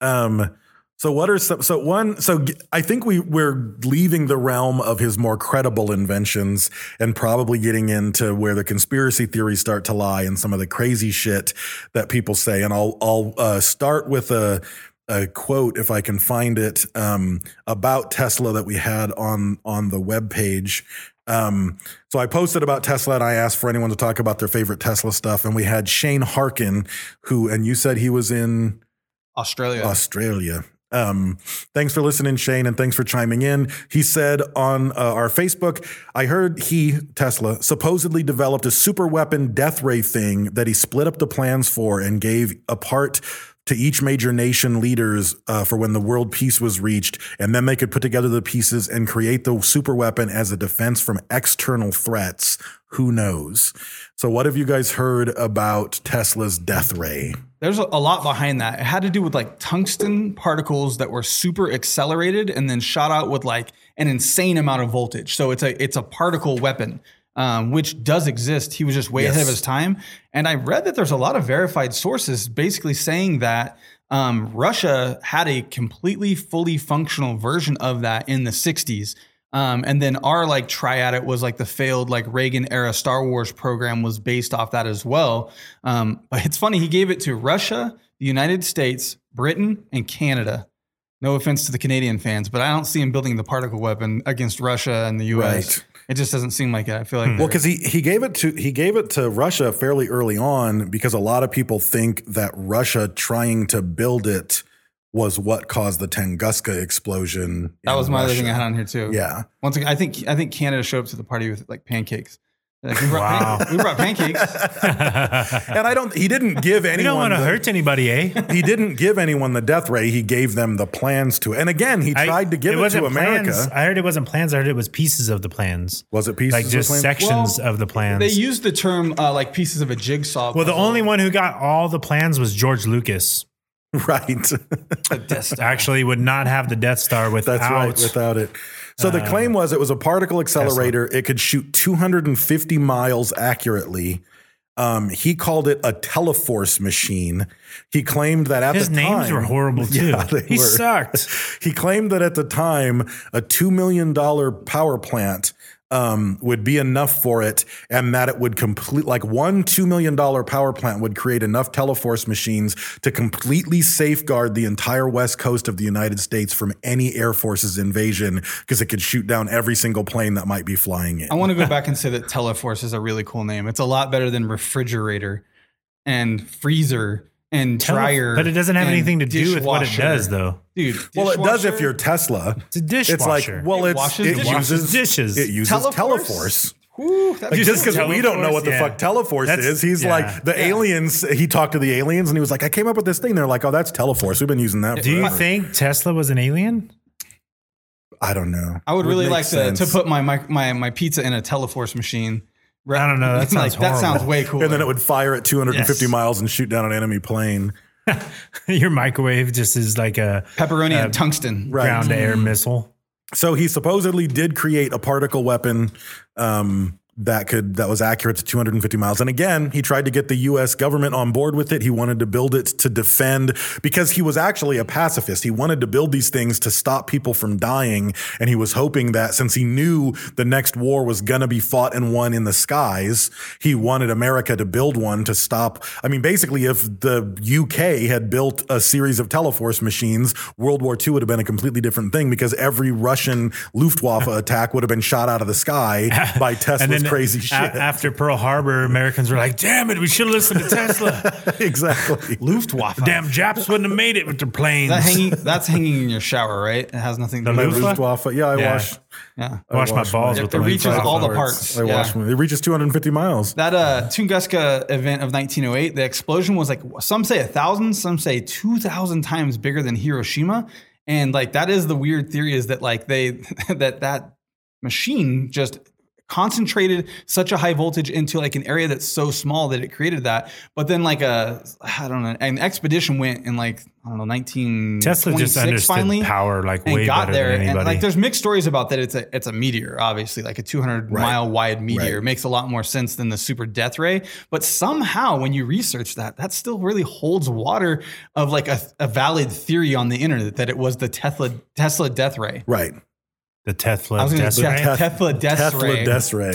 Speaker 5: Um. So what are some? So one. So g- I think we we're leaving the realm of his more credible inventions and probably getting into where the conspiracy theories start to lie and some of the crazy shit that people say. And I'll I'll uh, start with a a quote if I can find it um, about Tesla that we had on on the web page. Um, so I posted about Tesla and I asked for anyone to talk about their favorite Tesla stuff, and we had Shane Harkin, who and you said he was in
Speaker 4: Australia.
Speaker 5: Australia. Um, thanks for listening, Shane, and thanks for chiming in. He said on uh, our Facebook, I heard he, Tesla, supposedly developed a super weapon death ray thing that he split up the plans for and gave a part to each major nation leaders uh, for when the world peace was reached. And then they could put together the pieces and create the super weapon as a defense from external threats. Who knows? So, what have you guys heard about Tesla's death ray?
Speaker 4: There's a, a lot behind that. It had to do with like tungsten particles that were super accelerated and then shot out with like an insane amount of voltage. So it's a it's a particle weapon, um, which does exist. He was just way ahead of his time. And I read that there's a lot of verified sources basically saying that um, Russia had a completely fully functional version of that in the 60s. Um, and then our like try at it was like the failed like Reagan era Star Wars program was based off that as well. Um, but it's funny he gave it to Russia, the United States, Britain, and Canada. No offense to the Canadian fans, but I don't see him building the particle weapon against Russia and the U.S.
Speaker 5: Right. Hmm.
Speaker 4: It just doesn't seem like it. I feel like
Speaker 5: Well,
Speaker 4: they're-
Speaker 5: because he, he gave it to he gave it to Russia fairly early on because a lot of people think that Russia trying to build it was what caused the Tunguska explosion.
Speaker 4: that
Speaker 5: in
Speaker 4: was my other
Speaker 5: Russia.
Speaker 4: thing I had on here too.
Speaker 5: Yeah,
Speaker 4: Once again, I think I think Canada showed up to the party with like pancakes. Like, we, brought
Speaker 6: Wow.
Speaker 4: we brought pancakes.
Speaker 5: and I don't. He didn't give anyone.
Speaker 6: you don't want to
Speaker 5: the-
Speaker 6: hurt anybody, eh?
Speaker 5: He didn't give anyone the death ray. He gave them the plans to. And again, he
Speaker 6: I-
Speaker 5: tried to give it, to
Speaker 6: wasn't
Speaker 5: America.
Speaker 6: Plans. I heard it wasn't plans. I heard it was pieces of the plans.
Speaker 5: Was it pieces
Speaker 6: like
Speaker 5: of
Speaker 6: just
Speaker 5: plans?
Speaker 6: sections
Speaker 4: Well,
Speaker 6: of the plans?
Speaker 4: They used the term uh, like pieces of a jigsaw.
Speaker 6: well, the
Speaker 4: puzzle.
Speaker 6: only one who got all the plans was George Lucas.
Speaker 5: right.
Speaker 6: Actually, would not have the Death Star without. Um,
Speaker 5: That's right, without it. So the claim was it was a particle accelerator. It could shoot 250 miles accurately. Um, he called it a teleforce machine. He claimed that at
Speaker 6: His
Speaker 5: the
Speaker 6: names
Speaker 5: time-
Speaker 6: were horrible too.
Speaker 5: Yeah, they
Speaker 6: he
Speaker 5: were.
Speaker 6: sucked.
Speaker 5: He claimed that at the time, a $2 million power plant um, would be enough for it, and that it would complete, like one $2 million power plant would create enough Teleforce machines to completely safeguard the entire west coast of the United States from any Air Force's invasion because it could shoot down every single plane that might be flying in.
Speaker 4: I want to go back and say that Teleforce is a really cool name. It's a lot better than refrigerator and freezer and
Speaker 6: Tele-
Speaker 4: dryer.
Speaker 6: but it doesn't have
Speaker 4: and
Speaker 6: anything to do with what it
Speaker 4: dishwasher.
Speaker 6: does, though.
Speaker 4: Dude,
Speaker 5: well, it does if
Speaker 4: dishwasher?
Speaker 5: you're Tesla.
Speaker 6: It's a dishwasher.
Speaker 5: It's like, well,
Speaker 4: It
Speaker 5: it's,
Speaker 4: washes
Speaker 5: it
Speaker 4: dishes.
Speaker 5: uses
Speaker 6: Dishes.
Speaker 5: It uses
Speaker 4: Teleforce?
Speaker 5: Teleforce.
Speaker 4: Whew, that'd
Speaker 5: Like
Speaker 4: be
Speaker 5: just
Speaker 4: cool.
Speaker 5: because we don't know what the
Speaker 6: Teleforce,
Speaker 5: fuck
Speaker 6: yeah.
Speaker 5: Teleforce
Speaker 6: That's-
Speaker 5: is, he's
Speaker 6: yeah.
Speaker 5: like the aliens. He talked to the aliens and he was like, "I came up with this thing." They're like, "Oh, that's Teleforce. We've been using that."
Speaker 6: Do you
Speaker 5: forever."
Speaker 6: think Tesla was an alien?
Speaker 5: I don't know.
Speaker 4: I would really
Speaker 5: make
Speaker 4: like to, to
Speaker 5: sense.
Speaker 4: put my, my my my pizza in a Teleforce machine.
Speaker 6: I don't know. That
Speaker 4: Like,
Speaker 6: sounds
Speaker 4: that sounds
Speaker 6: horrible.
Speaker 4: way cool.
Speaker 5: And then it would fire at 250
Speaker 6: Yes.
Speaker 5: miles and shoot down an enemy plane.
Speaker 6: Your microwave just is like a
Speaker 4: pepperoni and tungsten.
Speaker 5: Right.
Speaker 6: ground to
Speaker 4: Mm.
Speaker 6: air missile.
Speaker 5: So he supposedly did create a particle weapon um, that could that was accurate to 250 miles. And again, he tried to get the U.S. government on board with it. He wanted to build it to defend because he was actually a pacifist. He wanted to build these things to stop people from dying, and he was hoping that since he knew the next war was gonna be fought and won in the skies, he wanted America to build one to stop. I mean, basically, if the UK had built a series of Teleforce machines, World War II would have been a completely different thing because every Russian Luftwaffe attack would have been shot out of the sky by Tesla's crazy
Speaker 6: a-
Speaker 5: shit.
Speaker 6: after Pearl Harbor, Americans were like, "Damn it, we should listen to Tesla.
Speaker 5: exactly.
Speaker 4: Luftwaffe.
Speaker 6: Damn, Japs wouldn't have made it with their planes."
Speaker 4: That hanging, that's hanging in your shower, right? It has nothing to
Speaker 6: The
Speaker 5: By
Speaker 4: do with
Speaker 6: Luftwaffe?
Speaker 5: Luftwaffe. Yeah, I
Speaker 6: Yeah.
Speaker 5: wash.
Speaker 4: yeah.
Speaker 6: Wash my
Speaker 5: wash
Speaker 6: balls
Speaker 5: my-
Speaker 6: with
Speaker 4: It
Speaker 6: the
Speaker 4: reaches
Speaker 6: Luftwaffe.
Speaker 4: all the parts.
Speaker 5: I
Speaker 4: Yeah.
Speaker 5: wash. It reaches 250 miles.
Speaker 4: That uh, Tunguska event of 1908, the explosion was like some say a thousand, some say two thousand times bigger than Hiroshima, and like that is the weird theory is that like they that that machine just concentrated such a high voltage into like an area that's so small that it created that. But then like a I don't know, an expedition went in like I don't know 19
Speaker 6: Tesla just understood
Speaker 4: finally
Speaker 6: power like
Speaker 4: and
Speaker 6: way
Speaker 4: got
Speaker 6: better
Speaker 4: there.
Speaker 6: than anybody.
Speaker 4: And like, there's mixed stories about that. It's a it's a meteor, obviously, like a 200 mile wide meteor makes a lot more sense than the super death ray. But somehow, when you research that, that still really holds water of like a, a valid theory on the internet that it was the Tesla Tesla death ray.
Speaker 5: Right.
Speaker 6: the
Speaker 4: I
Speaker 6: Tesla.
Speaker 4: was going to
Speaker 6: Tesla.
Speaker 4: say Tesla death
Speaker 5: Tesla
Speaker 4: ray.
Speaker 5: death ray.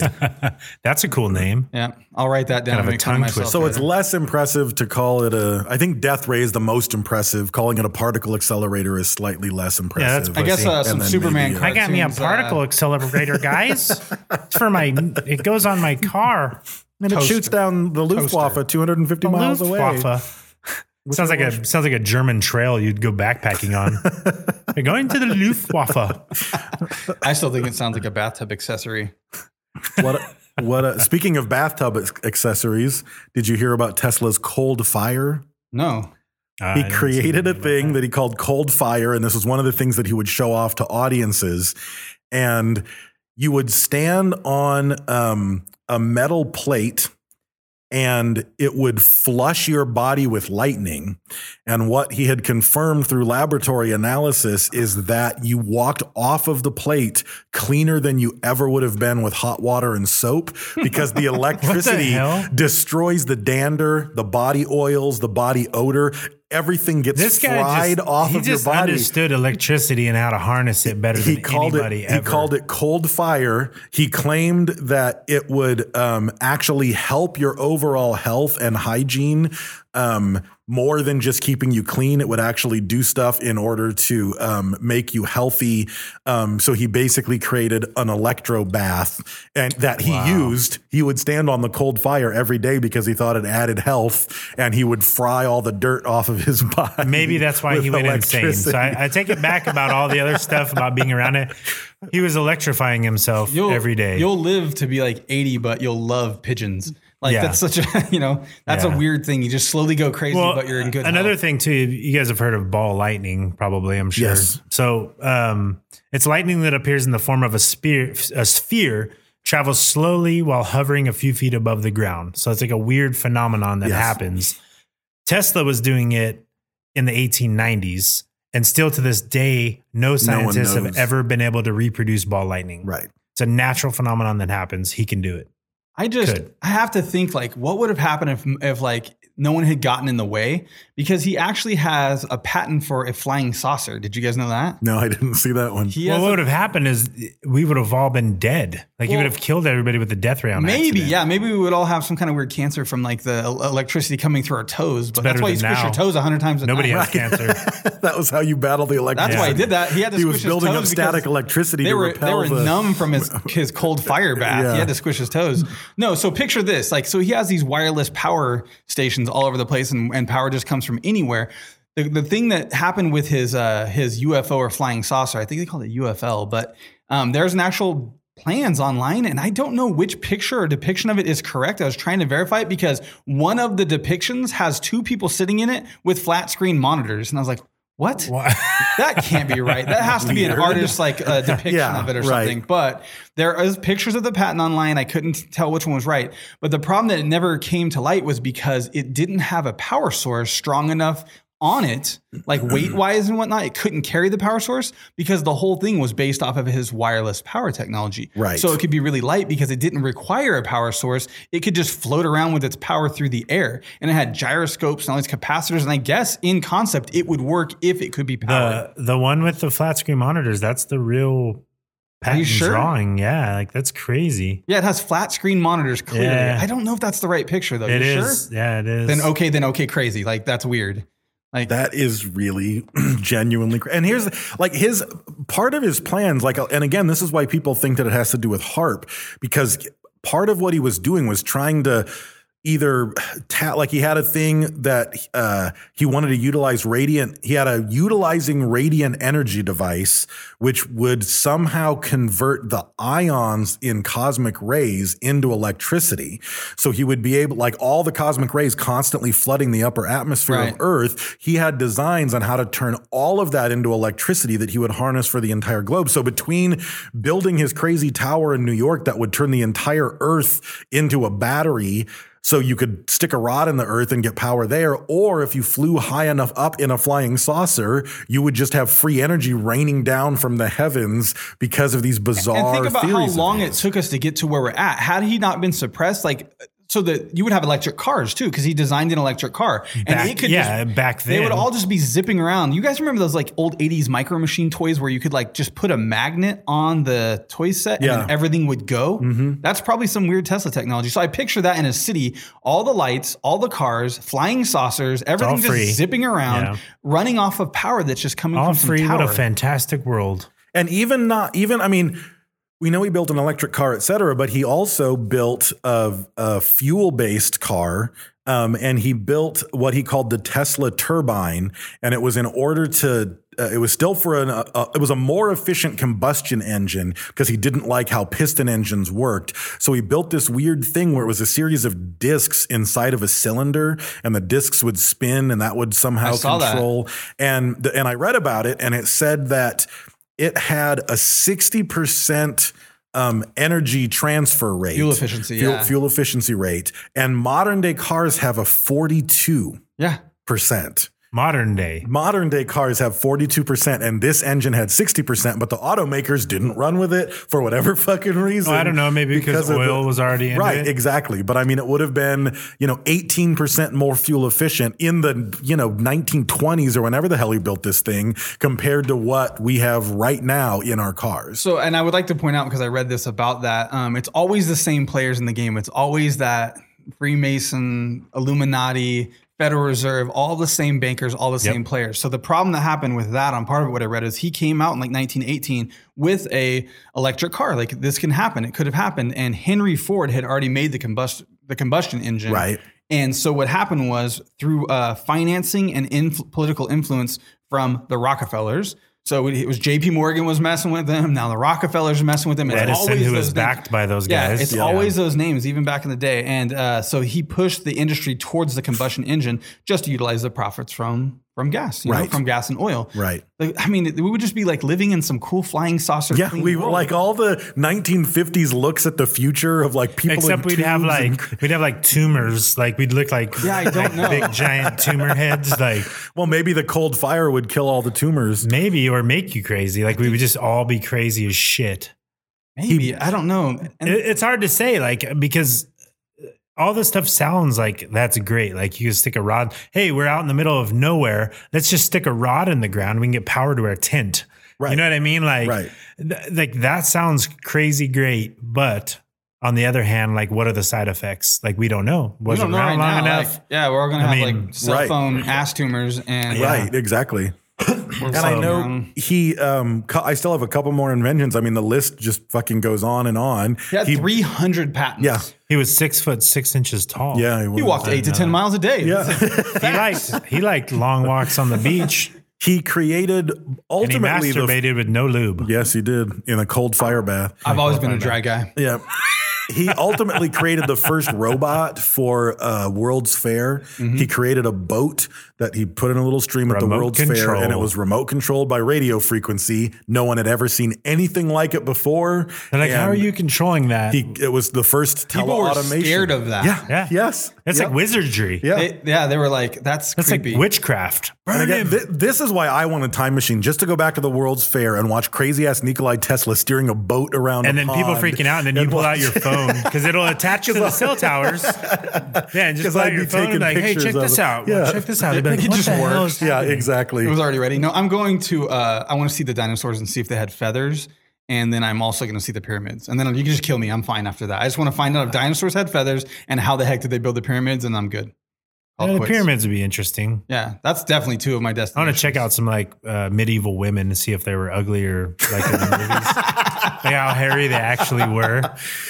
Speaker 6: That's a cool name.
Speaker 4: yeah, I'll write that down.
Speaker 6: Kind of
Speaker 4: and
Speaker 6: a
Speaker 4: make fun
Speaker 6: tongue
Speaker 4: myself
Speaker 6: twister.
Speaker 5: So it's
Speaker 4: later.
Speaker 5: less impressive to call it a. I think death ray is the most impressive. Calling it a particle accelerator is slightly less
Speaker 6: that's
Speaker 5: impressive.
Speaker 4: I guess uh,
Speaker 5: And
Speaker 4: some
Speaker 5: then
Speaker 4: Superman.
Speaker 5: maybe, uh,
Speaker 6: I got me a
Speaker 4: cartoons, uh,
Speaker 6: particle accelerator, guys. it's for my. It goes on my car.
Speaker 5: and it
Speaker 4: Toaster.
Speaker 5: shoots down the Luftwaffe 250 miles away.
Speaker 6: Luftwaffe. Sounds like a sounds like a German trail you'd go backpacking on. You're going to the Luftwaffe.
Speaker 4: I still think it sounds like a bathtub accessory.
Speaker 5: What? A, what? A, speaking of bathtub ac- accessories, did you hear about Tesla's cold fire?
Speaker 4: No,
Speaker 6: Uh,
Speaker 5: He
Speaker 6: I don't see
Speaker 5: created a
Speaker 6: anything about
Speaker 5: thing that he called Cold Fire, and this was one of the things that he would show off to audiences. And you would stand on um, a metal plate, and it would flush your body with lightning. And what he had confirmed through laboratory analysis is that you walked off of the plate cleaner than you ever would have been with hot water and soap because the electricity
Speaker 6: hell?
Speaker 5: destroys the dander, the body oils, the body odor. Everything gets
Speaker 6: This guy
Speaker 5: fried
Speaker 6: just,
Speaker 5: off
Speaker 6: he
Speaker 5: of
Speaker 6: just
Speaker 5: your body.
Speaker 6: understood electricity and how to harness it better
Speaker 5: He
Speaker 6: than
Speaker 5: called it.
Speaker 6: anybody
Speaker 5: He
Speaker 6: ever.
Speaker 5: called it cold fire. He claimed that it would um, actually help your overall health and hygiene um, more than just keeping you clean. It would actually do stuff in order to um, make you healthy. Um, so he basically created an electro bath, and that he used. He would stand on the cold fire every day because he thought it added health, and he would fry all the dirt off of his body.
Speaker 6: Maybe that's why
Speaker 5: with
Speaker 6: he went insane. So
Speaker 5: electricity.
Speaker 6: I, I take it back about all the other stuff about being around it. He was electrifying himself
Speaker 4: you'll,
Speaker 6: every day.
Speaker 4: You'll live to be like 80, but you'll love pigeons. Like
Speaker 6: Yeah.
Speaker 4: that's such a you know that's
Speaker 6: Yeah.
Speaker 4: a weird thing. You just slowly go crazy, but you're in good.
Speaker 6: Another
Speaker 4: health.
Speaker 6: thing too, you guys have heard of ball lightning, probably. I'm sure.
Speaker 5: Yes.
Speaker 6: So, um, it's lightning that appears in the form of a spear. A sphere travels slowly while hovering a few feet above the ground. So it's like a weird phenomenon that
Speaker 5: Yes.
Speaker 6: happens. Tesla was doing it in the 1890s, and still to this day, no scientists have
Speaker 5: knows.
Speaker 6: ever been able to reproduce ball lightning.
Speaker 5: right.
Speaker 6: It's a natural phenomenon that happens. He can do it.
Speaker 4: I just
Speaker 6: Could.
Speaker 4: I have to think like what would have happened if if like no one had gotten in the way because he actually has a patent for a flying saucer. Did you guys know that?
Speaker 5: No, I didn't see that one.
Speaker 4: He
Speaker 6: Well,
Speaker 4: has a-
Speaker 6: what would have happened is we would have all been dead. Like you
Speaker 4: Well,
Speaker 6: would have killed everybody with the death ray on
Speaker 4: maybe
Speaker 6: accident.
Speaker 4: yeah maybe we would all have some kind of weird cancer from like the el- electricity coming through our toes. But that's
Speaker 6: better
Speaker 4: why you
Speaker 6: than
Speaker 4: squish your
Speaker 6: now.
Speaker 4: toes hundred times. A
Speaker 6: Nobody
Speaker 4: night.
Speaker 6: has cancer.
Speaker 5: that was how you battle the electricity.
Speaker 4: That's why he did that. He had to
Speaker 5: He
Speaker 4: squish
Speaker 5: was
Speaker 4: his
Speaker 5: building up
Speaker 4: toes because
Speaker 5: static electricity
Speaker 4: They
Speaker 5: to
Speaker 4: were
Speaker 5: repel
Speaker 4: they were
Speaker 5: the.
Speaker 4: numb from his his cold fire bath.
Speaker 5: Yeah.
Speaker 4: He had to squish his toes. No, so picture this. Like so he has these wireless power stations all over the place and, and power just comes from anywhere. The, the thing that happened with his uh, his UFO or flying saucer, I think they called it UFL, but um, there's an actual plans online and I don't know which picture or depiction of it is correct. I was trying to verify it because one of the depictions has two people sitting in it with flat screen monitors and I was like, "What?"
Speaker 6: Why-
Speaker 4: that can't be right. That has to be an
Speaker 5: Weird.
Speaker 4: artist like uh, depiction
Speaker 5: Yeah,
Speaker 4: of it or
Speaker 5: right.
Speaker 4: something. But there is pictures of the patent online. I couldn't tell which one was right. But the problem that it never came to light was because it didn't have a power source strong enough on it, like weight wise and whatnot. It couldn't carry the power source because the whole thing was based off of his wireless power technology.
Speaker 5: Right.
Speaker 4: So it could be really light because it didn't require a power source. It could just float around with its power through the air. And it had gyroscopes and all these capacitors. And I guess in concept, it would work if it could be powered.
Speaker 6: the Uh, the one with the flat screen monitors. That's the real
Speaker 4: Are you
Speaker 6: patent
Speaker 4: sure?
Speaker 6: drawing. Yeah, like that's crazy.
Speaker 4: Yeah, it has flat screen monitors clearly.
Speaker 6: Yeah.
Speaker 4: I don't know if that's the right picture though.
Speaker 6: It
Speaker 4: you
Speaker 6: is.
Speaker 4: sure?
Speaker 6: Yeah, it is.
Speaker 4: Then okay, then okay, crazy. Like that's weird. Like
Speaker 5: That is really genuinely. cra- And here's like his part of his plans, like, and again, this is why people think that it has to do with harp because part of what he was doing was trying to either ta- like he had a thing that uh, he wanted to utilize radiant he had a utilizing radiant energy device which would somehow convert the ions in cosmic rays into electricity so he would be able like all the cosmic rays constantly flooding the upper atmosphere
Speaker 4: Right.
Speaker 5: of earth he had designs on how to turn all of that into electricity that he would harness for the entire globe so between building his crazy tower in new york that would turn the entire earth into a battery so you could stick a rod in the earth and get power there. Or if you flew high enough up in a flying saucer, you would just have free energy raining down from the heavens because of these bizarre
Speaker 4: and think about how
Speaker 5: theories of
Speaker 4: long
Speaker 5: his.
Speaker 4: it took us to get to where we're at. Had he not been suppressed, like so that you would have electric cars too, because he designed an electric car. And
Speaker 6: Back-
Speaker 4: it could
Speaker 6: yeah,
Speaker 4: just,
Speaker 6: back
Speaker 4: They would
Speaker 6: then.
Speaker 4: all just be zipping around. You guys remember those like old 80s micro machine toys where you could like just put a magnet on the toy set and
Speaker 5: Yeah.
Speaker 4: then everything would go?
Speaker 6: Mm-hmm.
Speaker 4: That's probably some weird Tesla technology. So I picture that in a city, all the lights, all the cars, flying saucers, everything just
Speaker 6: free.
Speaker 4: zipping around,
Speaker 6: Yeah.
Speaker 4: running off of power that's just coming
Speaker 6: all
Speaker 4: from
Speaker 6: free.
Speaker 4: Some tower.
Speaker 6: What a fantastic world.
Speaker 5: And even not even, I mean, we know he built an electric car, et cetera, but he also built a, a fuel based car. Um, and he built what he called the Tesla turbine, and it was in order to. Uh, it was still for an. Uh, uh, it was a more efficient combustion engine because he didn't like how piston engines worked. So he built this weird thing where it was a series of discs inside of a cylinder, and the discs would spin, and that would somehow
Speaker 4: I saw that.
Speaker 5: control. And the, and I read about it, and it said that it had a 60% um, energy transfer rate.
Speaker 4: Fuel efficiency,
Speaker 5: Fuel,
Speaker 4: yeah.
Speaker 5: fuel efficiency rate. And modern day cars have a 42%.
Speaker 4: yeah.
Speaker 6: Modern day.
Speaker 5: Modern day cars have 42%, and this engine had 60%, but the automakers didn't run with it for whatever fucking reason.
Speaker 6: Well, I don't know. Maybe because,
Speaker 5: of
Speaker 6: oil
Speaker 5: the-
Speaker 6: was already in
Speaker 5: right,
Speaker 6: it.
Speaker 5: exactly. But I mean, it would have been, you know, 18% more fuel efficient in the, you know, 1920s or whenever the hell he built this thing compared to what we have right now in our cars.
Speaker 4: So, and I would like to point out because I read this about that. Um, it's always the same players in the game. It's always that Freemason, Illuminati, Federal Reserve, all the same bankers, all the same players. So the problem that happened with that, on part of what I read, is he came out in like 1918 with a electric car. Like this can happen. It could have happened. And Henry Ford had already made the combust the combustion engine.
Speaker 5: Right.
Speaker 4: And so what happened was through uh, financing and inf- political influence from the Rockefellers. So it was J.P. Morgan was messing with them. Now the Rockefellers are messing with them. It's
Speaker 6: Edison,
Speaker 4: always
Speaker 6: who
Speaker 4: those
Speaker 6: was
Speaker 4: names.
Speaker 6: backed by those
Speaker 4: Yeah,
Speaker 6: guys.
Speaker 4: it's always those names, even back in the day. And uh, so he pushed the industry towards the combustion engine just to utilize the profits from from gas, you know,
Speaker 5: Right.
Speaker 4: from gas and oil.
Speaker 5: Right.
Speaker 4: Like, I mean, we would just be like living in some cool flying saucer.
Speaker 5: Yeah,
Speaker 4: clean
Speaker 5: we
Speaker 4: world.
Speaker 5: like all the 1950s looks at the future of like people.
Speaker 6: Except
Speaker 5: in
Speaker 6: we'd have
Speaker 5: tubes and-
Speaker 6: like we'd have like tumors. Like we'd look like
Speaker 4: Yeah, I don't
Speaker 6: like
Speaker 4: know.
Speaker 6: big giant tumor heads. Like
Speaker 5: well, maybe the cold fire would kill all the tumors.
Speaker 6: maybe or make you crazy. Like we would just all be crazy as shit.
Speaker 4: Maybe I don't know. And
Speaker 6: It- it's hard to say, like because uh, all this stuff sounds like that's great. Like you can stick a rod. Hey, we're out in the middle of nowhere. Let's just stick a rod in the ground. We can get power to our tent.
Speaker 5: Right.
Speaker 6: You know what I mean? Like,
Speaker 5: Right.
Speaker 6: th- like that sounds crazy great, but. On the other hand, like what are the side effects? Like we don't know.
Speaker 4: we
Speaker 6: Was
Speaker 4: don't
Speaker 6: it
Speaker 4: know
Speaker 6: around
Speaker 4: right
Speaker 6: long
Speaker 4: now.
Speaker 6: enough?
Speaker 4: Like, yeah, we're all gonna
Speaker 6: I
Speaker 4: have
Speaker 6: mean,
Speaker 4: like cell
Speaker 5: right.
Speaker 4: phone ass tumors and
Speaker 5: Right, exactly.
Speaker 4: And
Speaker 5: And I know he. Um, cu- I still have a couple more inventions. I mean, the list just fucking goes on and on.
Speaker 4: he had
Speaker 5: He-
Speaker 4: 300 patents.
Speaker 5: Yeah.
Speaker 6: He was six foot six inches tall.
Speaker 5: Yeah,
Speaker 4: He
Speaker 5: was.
Speaker 4: walked eight to 10 miles a day.
Speaker 5: Yeah,
Speaker 6: he liked he liked long walks on the beach,
Speaker 5: he created
Speaker 6: and he
Speaker 5: ultimately the.
Speaker 6: masturbated with no lube.
Speaker 5: Yes, he did in a cold fire bath.
Speaker 4: I've always been a dry guy.
Speaker 5: Yeah. He ultimately created the first robot for uh, World's Fair. He created a boat that he put in a little stream at the
Speaker 6: Mm-hmm. Remote
Speaker 5: World's Fair,
Speaker 6: control.
Speaker 5: and it was remote controlled by radio frequency. No one had ever seen anything like it before.
Speaker 6: They're like, how
Speaker 5: And
Speaker 6: are you controlling that?
Speaker 5: He, it was the first
Speaker 4: People were
Speaker 5: teleautomation.
Speaker 4: scared of that.
Speaker 5: Yeah.
Speaker 6: Yeah.
Speaker 5: Yes.
Speaker 6: That's
Speaker 5: Yep.
Speaker 6: like wizardry.
Speaker 5: Yeah.
Speaker 4: They, yeah, they were like, that's,
Speaker 6: That's
Speaker 4: creepy.
Speaker 6: like witchcraft.
Speaker 5: And
Speaker 6: Burn
Speaker 5: again,
Speaker 6: him.
Speaker 5: thi- this is why I want a time machine just to go back to the World's Fair and watch crazy ass Nikolai Tesla steering a boat around.
Speaker 6: and
Speaker 5: a
Speaker 6: then people
Speaker 5: pond
Speaker 6: freaking out, and then you
Speaker 5: and
Speaker 6: pull out
Speaker 5: watch-
Speaker 6: your phone because it'll attach to the cell towers. Yeah, and just
Speaker 5: 'Cause
Speaker 6: pull
Speaker 5: I'd
Speaker 6: out
Speaker 5: be
Speaker 6: your phone
Speaker 5: taking
Speaker 6: and like, hey,
Speaker 5: pictures
Speaker 6: check
Speaker 5: of
Speaker 6: this
Speaker 5: it."
Speaker 6: out.
Speaker 5: Yeah.
Speaker 6: Check this out. It'd be like,
Speaker 4: It
Speaker 6: what
Speaker 4: just
Speaker 6: the hell
Speaker 4: works.
Speaker 6: is
Speaker 5: Yeah,
Speaker 6: happening?
Speaker 5: exactly.
Speaker 4: It was already ready. No, I'm going to. Uh, I want to see the dinosaurs and see if they had feathers, and then I'm also going to see the pyramids. And then you can just kill me. I'm fine after that. I just want to find out if dinosaurs had feathers and how the heck did they build the pyramids, and I'm good. I'll
Speaker 6: Yeah, the
Speaker 4: quit.
Speaker 6: pyramids would be interesting.
Speaker 4: Yeah, that's definitely two of my
Speaker 6: I
Speaker 4: destinations.
Speaker 6: want to check out some like uh, medieval women to see if they were ugly or like in the movies. like how hairy they actually were.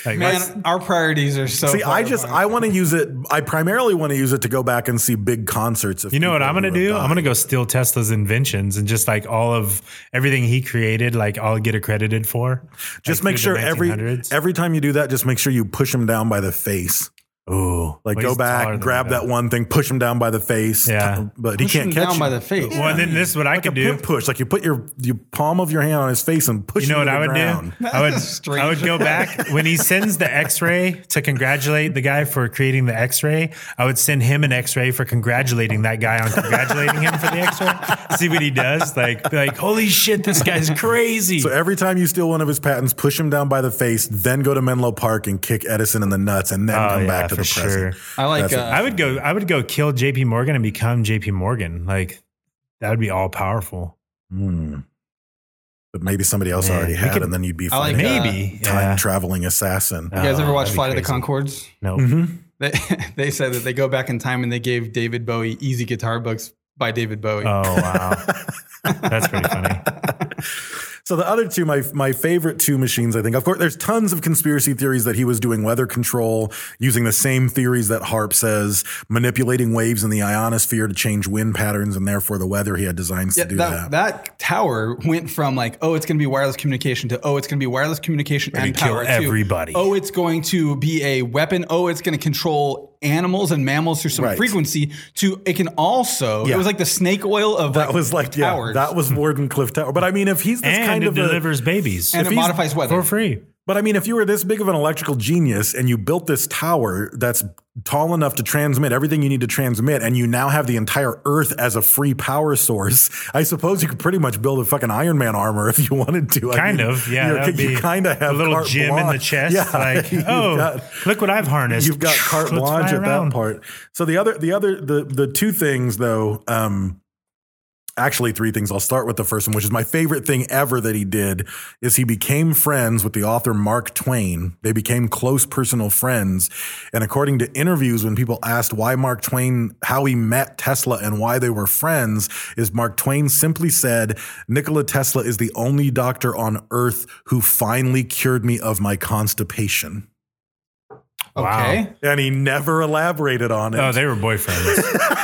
Speaker 6: Like, that's-
Speaker 4: Man, our priorities are so.
Speaker 5: See,
Speaker 4: far
Speaker 5: I just
Speaker 4: apart.
Speaker 5: I want to use it. I primarily want to use it to go back and see big concerts. Of
Speaker 6: you know what
Speaker 5: people
Speaker 6: I'm gonna
Speaker 5: who have
Speaker 6: do?
Speaker 5: died.
Speaker 6: I'm gonna go steal Tesla's inventions and just like all of everything he created, like I'll get accredited for.
Speaker 5: just
Speaker 6: Like,
Speaker 5: make
Speaker 6: through
Speaker 5: sure
Speaker 6: the
Speaker 5: every
Speaker 6: 1900s.
Speaker 5: every time you do that, just make sure you push him down by the face.
Speaker 6: Ooh,
Speaker 5: Like go
Speaker 6: Well, he's taller
Speaker 5: back,
Speaker 6: than
Speaker 5: grab
Speaker 6: me,
Speaker 5: that one thing, push him down by the face.
Speaker 6: Yeah.
Speaker 5: t- but
Speaker 4: Push
Speaker 5: he
Speaker 4: them
Speaker 5: can't catch
Speaker 4: down by
Speaker 5: you.
Speaker 4: the face.
Speaker 6: though. Well, and then this is what I
Speaker 5: Like a
Speaker 6: could do.
Speaker 5: pimp push, like you put your your palm of your hand on his face and push.
Speaker 6: You know
Speaker 5: him
Speaker 6: what
Speaker 5: to
Speaker 6: I
Speaker 5: the
Speaker 6: would
Speaker 5: ground.
Speaker 6: do? I would
Speaker 4: That's strange.
Speaker 6: I would go back when he sends the X-ray to congratulate the guy for creating the X-ray. I would send him an X-ray for congratulating that guy on congratulating him for the X-ray. See what he does. Like be like holy shit, this guy's crazy.
Speaker 5: So every time you steal one of his patents, push him down by the face, then go to Menlo Park and kick Edison in the nuts, and then
Speaker 6: Oh,
Speaker 5: come
Speaker 6: yeah,
Speaker 5: back to the
Speaker 6: for
Speaker 5: present.
Speaker 6: sure.
Speaker 4: I like.
Speaker 5: That's it.
Speaker 4: Uh,
Speaker 6: I would go. I would go kill J.P. Morgan and become J.P. Morgan. Like that would be all powerful.
Speaker 5: Hmm. But maybe somebody else
Speaker 6: Man,
Speaker 5: already
Speaker 6: we
Speaker 5: had,
Speaker 6: could-
Speaker 5: and then you'd be
Speaker 4: I like
Speaker 5: fighting
Speaker 4: that.
Speaker 6: Maybe
Speaker 5: a time
Speaker 6: Yeah.
Speaker 5: traveling assassin.
Speaker 6: Oh,
Speaker 4: you guys ever watch
Speaker 6: that'd be
Speaker 4: Flight of the
Speaker 6: crazy.
Speaker 4: Concords?
Speaker 6: No.
Speaker 4: They, they said that they go back in time and they gave David Bowie "Easy Guitar Books" by David Bowie.
Speaker 6: Oh wow, that's pretty funny.
Speaker 5: So the other two, my my favorite two machines, I think. Of course, there's tons of conspiracy theories that he was doing weather control using the same theories that Harp says, manipulating waves in the ionosphere to change wind patterns and therefore the weather. He had designs
Speaker 4: Yeah,
Speaker 5: to do that.
Speaker 4: that, that tower went from like, oh, it's going to be wireless communication to, oh, it's going to be wireless communication and
Speaker 6: kill
Speaker 4: power to,
Speaker 6: everybody.
Speaker 4: oh, it's going to be a weapon. Oh, it's going to control animals and mammals through some
Speaker 5: Right.
Speaker 4: frequency. To it can also,
Speaker 5: Yeah.
Speaker 4: it was like the snake oil of
Speaker 5: That was like yeah,
Speaker 4: towers.
Speaker 5: that was Wardenclyffe Tower. But I mean, if he's this
Speaker 6: and
Speaker 5: kind
Speaker 6: it
Speaker 5: of a-
Speaker 6: delivers babies
Speaker 4: and
Speaker 5: if
Speaker 4: it
Speaker 5: he's-
Speaker 4: modifies
Speaker 6: for
Speaker 4: weather.
Speaker 6: free.
Speaker 5: But I mean, if you were this big of an electrical genius and you built this tower that's tall enough to transmit everything you need to transmit, and you now have the entire Earth as a free power source, I suppose you could pretty much build a fucking Iron Man armor if you wanted to. I
Speaker 6: Kind
Speaker 5: mean,
Speaker 6: of, yeah.
Speaker 5: you're-
Speaker 6: that would
Speaker 5: You
Speaker 6: be
Speaker 5: kind of have
Speaker 6: a little
Speaker 5: carte
Speaker 6: gym in the
Speaker 5: blanche.
Speaker 6: chest.
Speaker 5: Yeah,
Speaker 6: like,
Speaker 5: you've
Speaker 6: oh,
Speaker 5: got-
Speaker 6: look what I've harnessed.
Speaker 5: You've got carte
Speaker 6: Let's fly
Speaker 5: blanche at
Speaker 6: around.
Speaker 5: that part. So the other, the other, the the two things though, um, actually three things. I'll start with the first one, which is my favorite thing ever that he did is he became friends with the author Mark Twain. They became close personal friends. And according to interviews, when people asked why Mark Twain, how he met Tesla and why they were friends, is Mark Twain simply said, Nikola Tesla is the only doctor on earth who finally cured me of my constipation.
Speaker 4: Okay.
Speaker 5: And he never elaborated on it.
Speaker 6: Oh, they were boyfriends.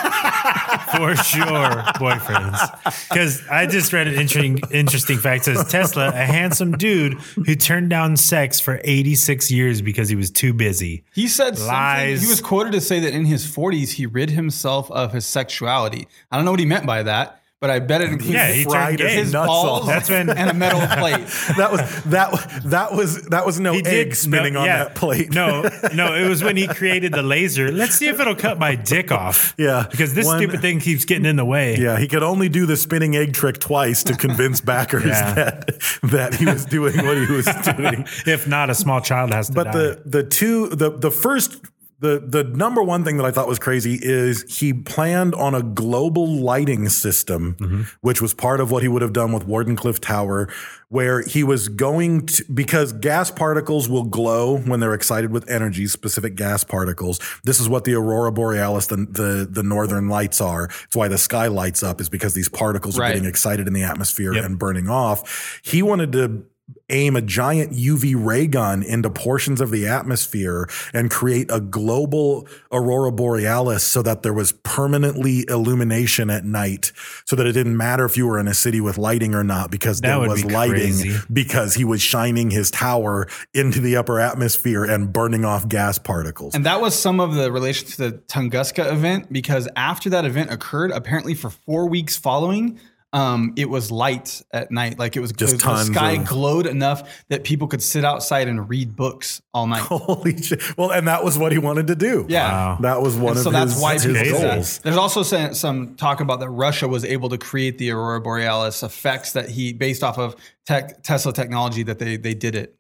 Speaker 6: For sure, boyfriends. Because I just read an interesting, interesting fact. It says Tesla, a handsome dude who turned down sex for 86 years because he was too busy.
Speaker 4: He said something-
Speaker 6: Lies.
Speaker 4: He was quoted to say that in his 40s, he rid himself of his sexuality. I don't know what he meant by that, but I bet it includes
Speaker 6: Yeah, he turned
Speaker 5: fried
Speaker 6: gay.
Speaker 4: his
Speaker 5: nuts
Speaker 4: balls
Speaker 5: off.
Speaker 6: That's when-
Speaker 4: and a metal plate.
Speaker 5: That was that that was that was no
Speaker 6: He
Speaker 5: egg spinning
Speaker 6: no,
Speaker 5: on
Speaker 6: yeah.
Speaker 5: that plate.
Speaker 6: no, no, it was when he created the laser. Let's see if it'll cut my dick off.
Speaker 5: Yeah.
Speaker 6: because this
Speaker 5: One-
Speaker 6: stupid thing keeps getting in the way.
Speaker 5: Yeah, he could only do the spinning egg trick twice to convince backers
Speaker 6: Yeah.
Speaker 5: that that he was doing what he was doing.
Speaker 6: if not, a small child has to
Speaker 5: But
Speaker 6: die.
Speaker 5: the the two the the first the the number one thing that I thought was crazy is he planned on a global lighting system,
Speaker 6: Mm-hmm.
Speaker 5: which was part of what he would have done with Wardenclyffe Tower, where he was going to because gas particles will glow when they're excited with energy, specific gas particles. This is what the aurora borealis, the the, the northern lights are. It's why the sky lights up is because these particles are
Speaker 4: Right.
Speaker 5: getting excited in the atmosphere
Speaker 6: Yep.
Speaker 5: and burning off. He wanted to aim a giant UV ray gun into portions of the atmosphere and create a global aurora borealis so that there was permanently illumination at night so that it didn't matter if you were in a city with lighting or not because
Speaker 6: That
Speaker 5: there
Speaker 6: would
Speaker 5: was
Speaker 6: be
Speaker 5: lighting
Speaker 6: crazy.
Speaker 5: because he was shining his tower into the upper atmosphere and burning off gas particles.
Speaker 4: And that was some of the relation to the Tunguska event because after that event occurred, apparently for four weeks following, um, it was light at night. Like it was
Speaker 5: Just
Speaker 4: the, the
Speaker 5: tons
Speaker 4: sky
Speaker 5: of-
Speaker 4: glowed enough that people could sit outside and read books all night.
Speaker 5: Holy shit. Well, and that was what he wanted to do.
Speaker 4: Yeah.
Speaker 5: That was one
Speaker 4: And
Speaker 5: of
Speaker 4: so
Speaker 5: his,
Speaker 4: that's why
Speaker 5: his
Speaker 4: people did that.
Speaker 5: goals.
Speaker 4: There's also some, some talk about that Russia was able to create the aurora borealis effects that he based off of tech, Tesla technology that they they did it.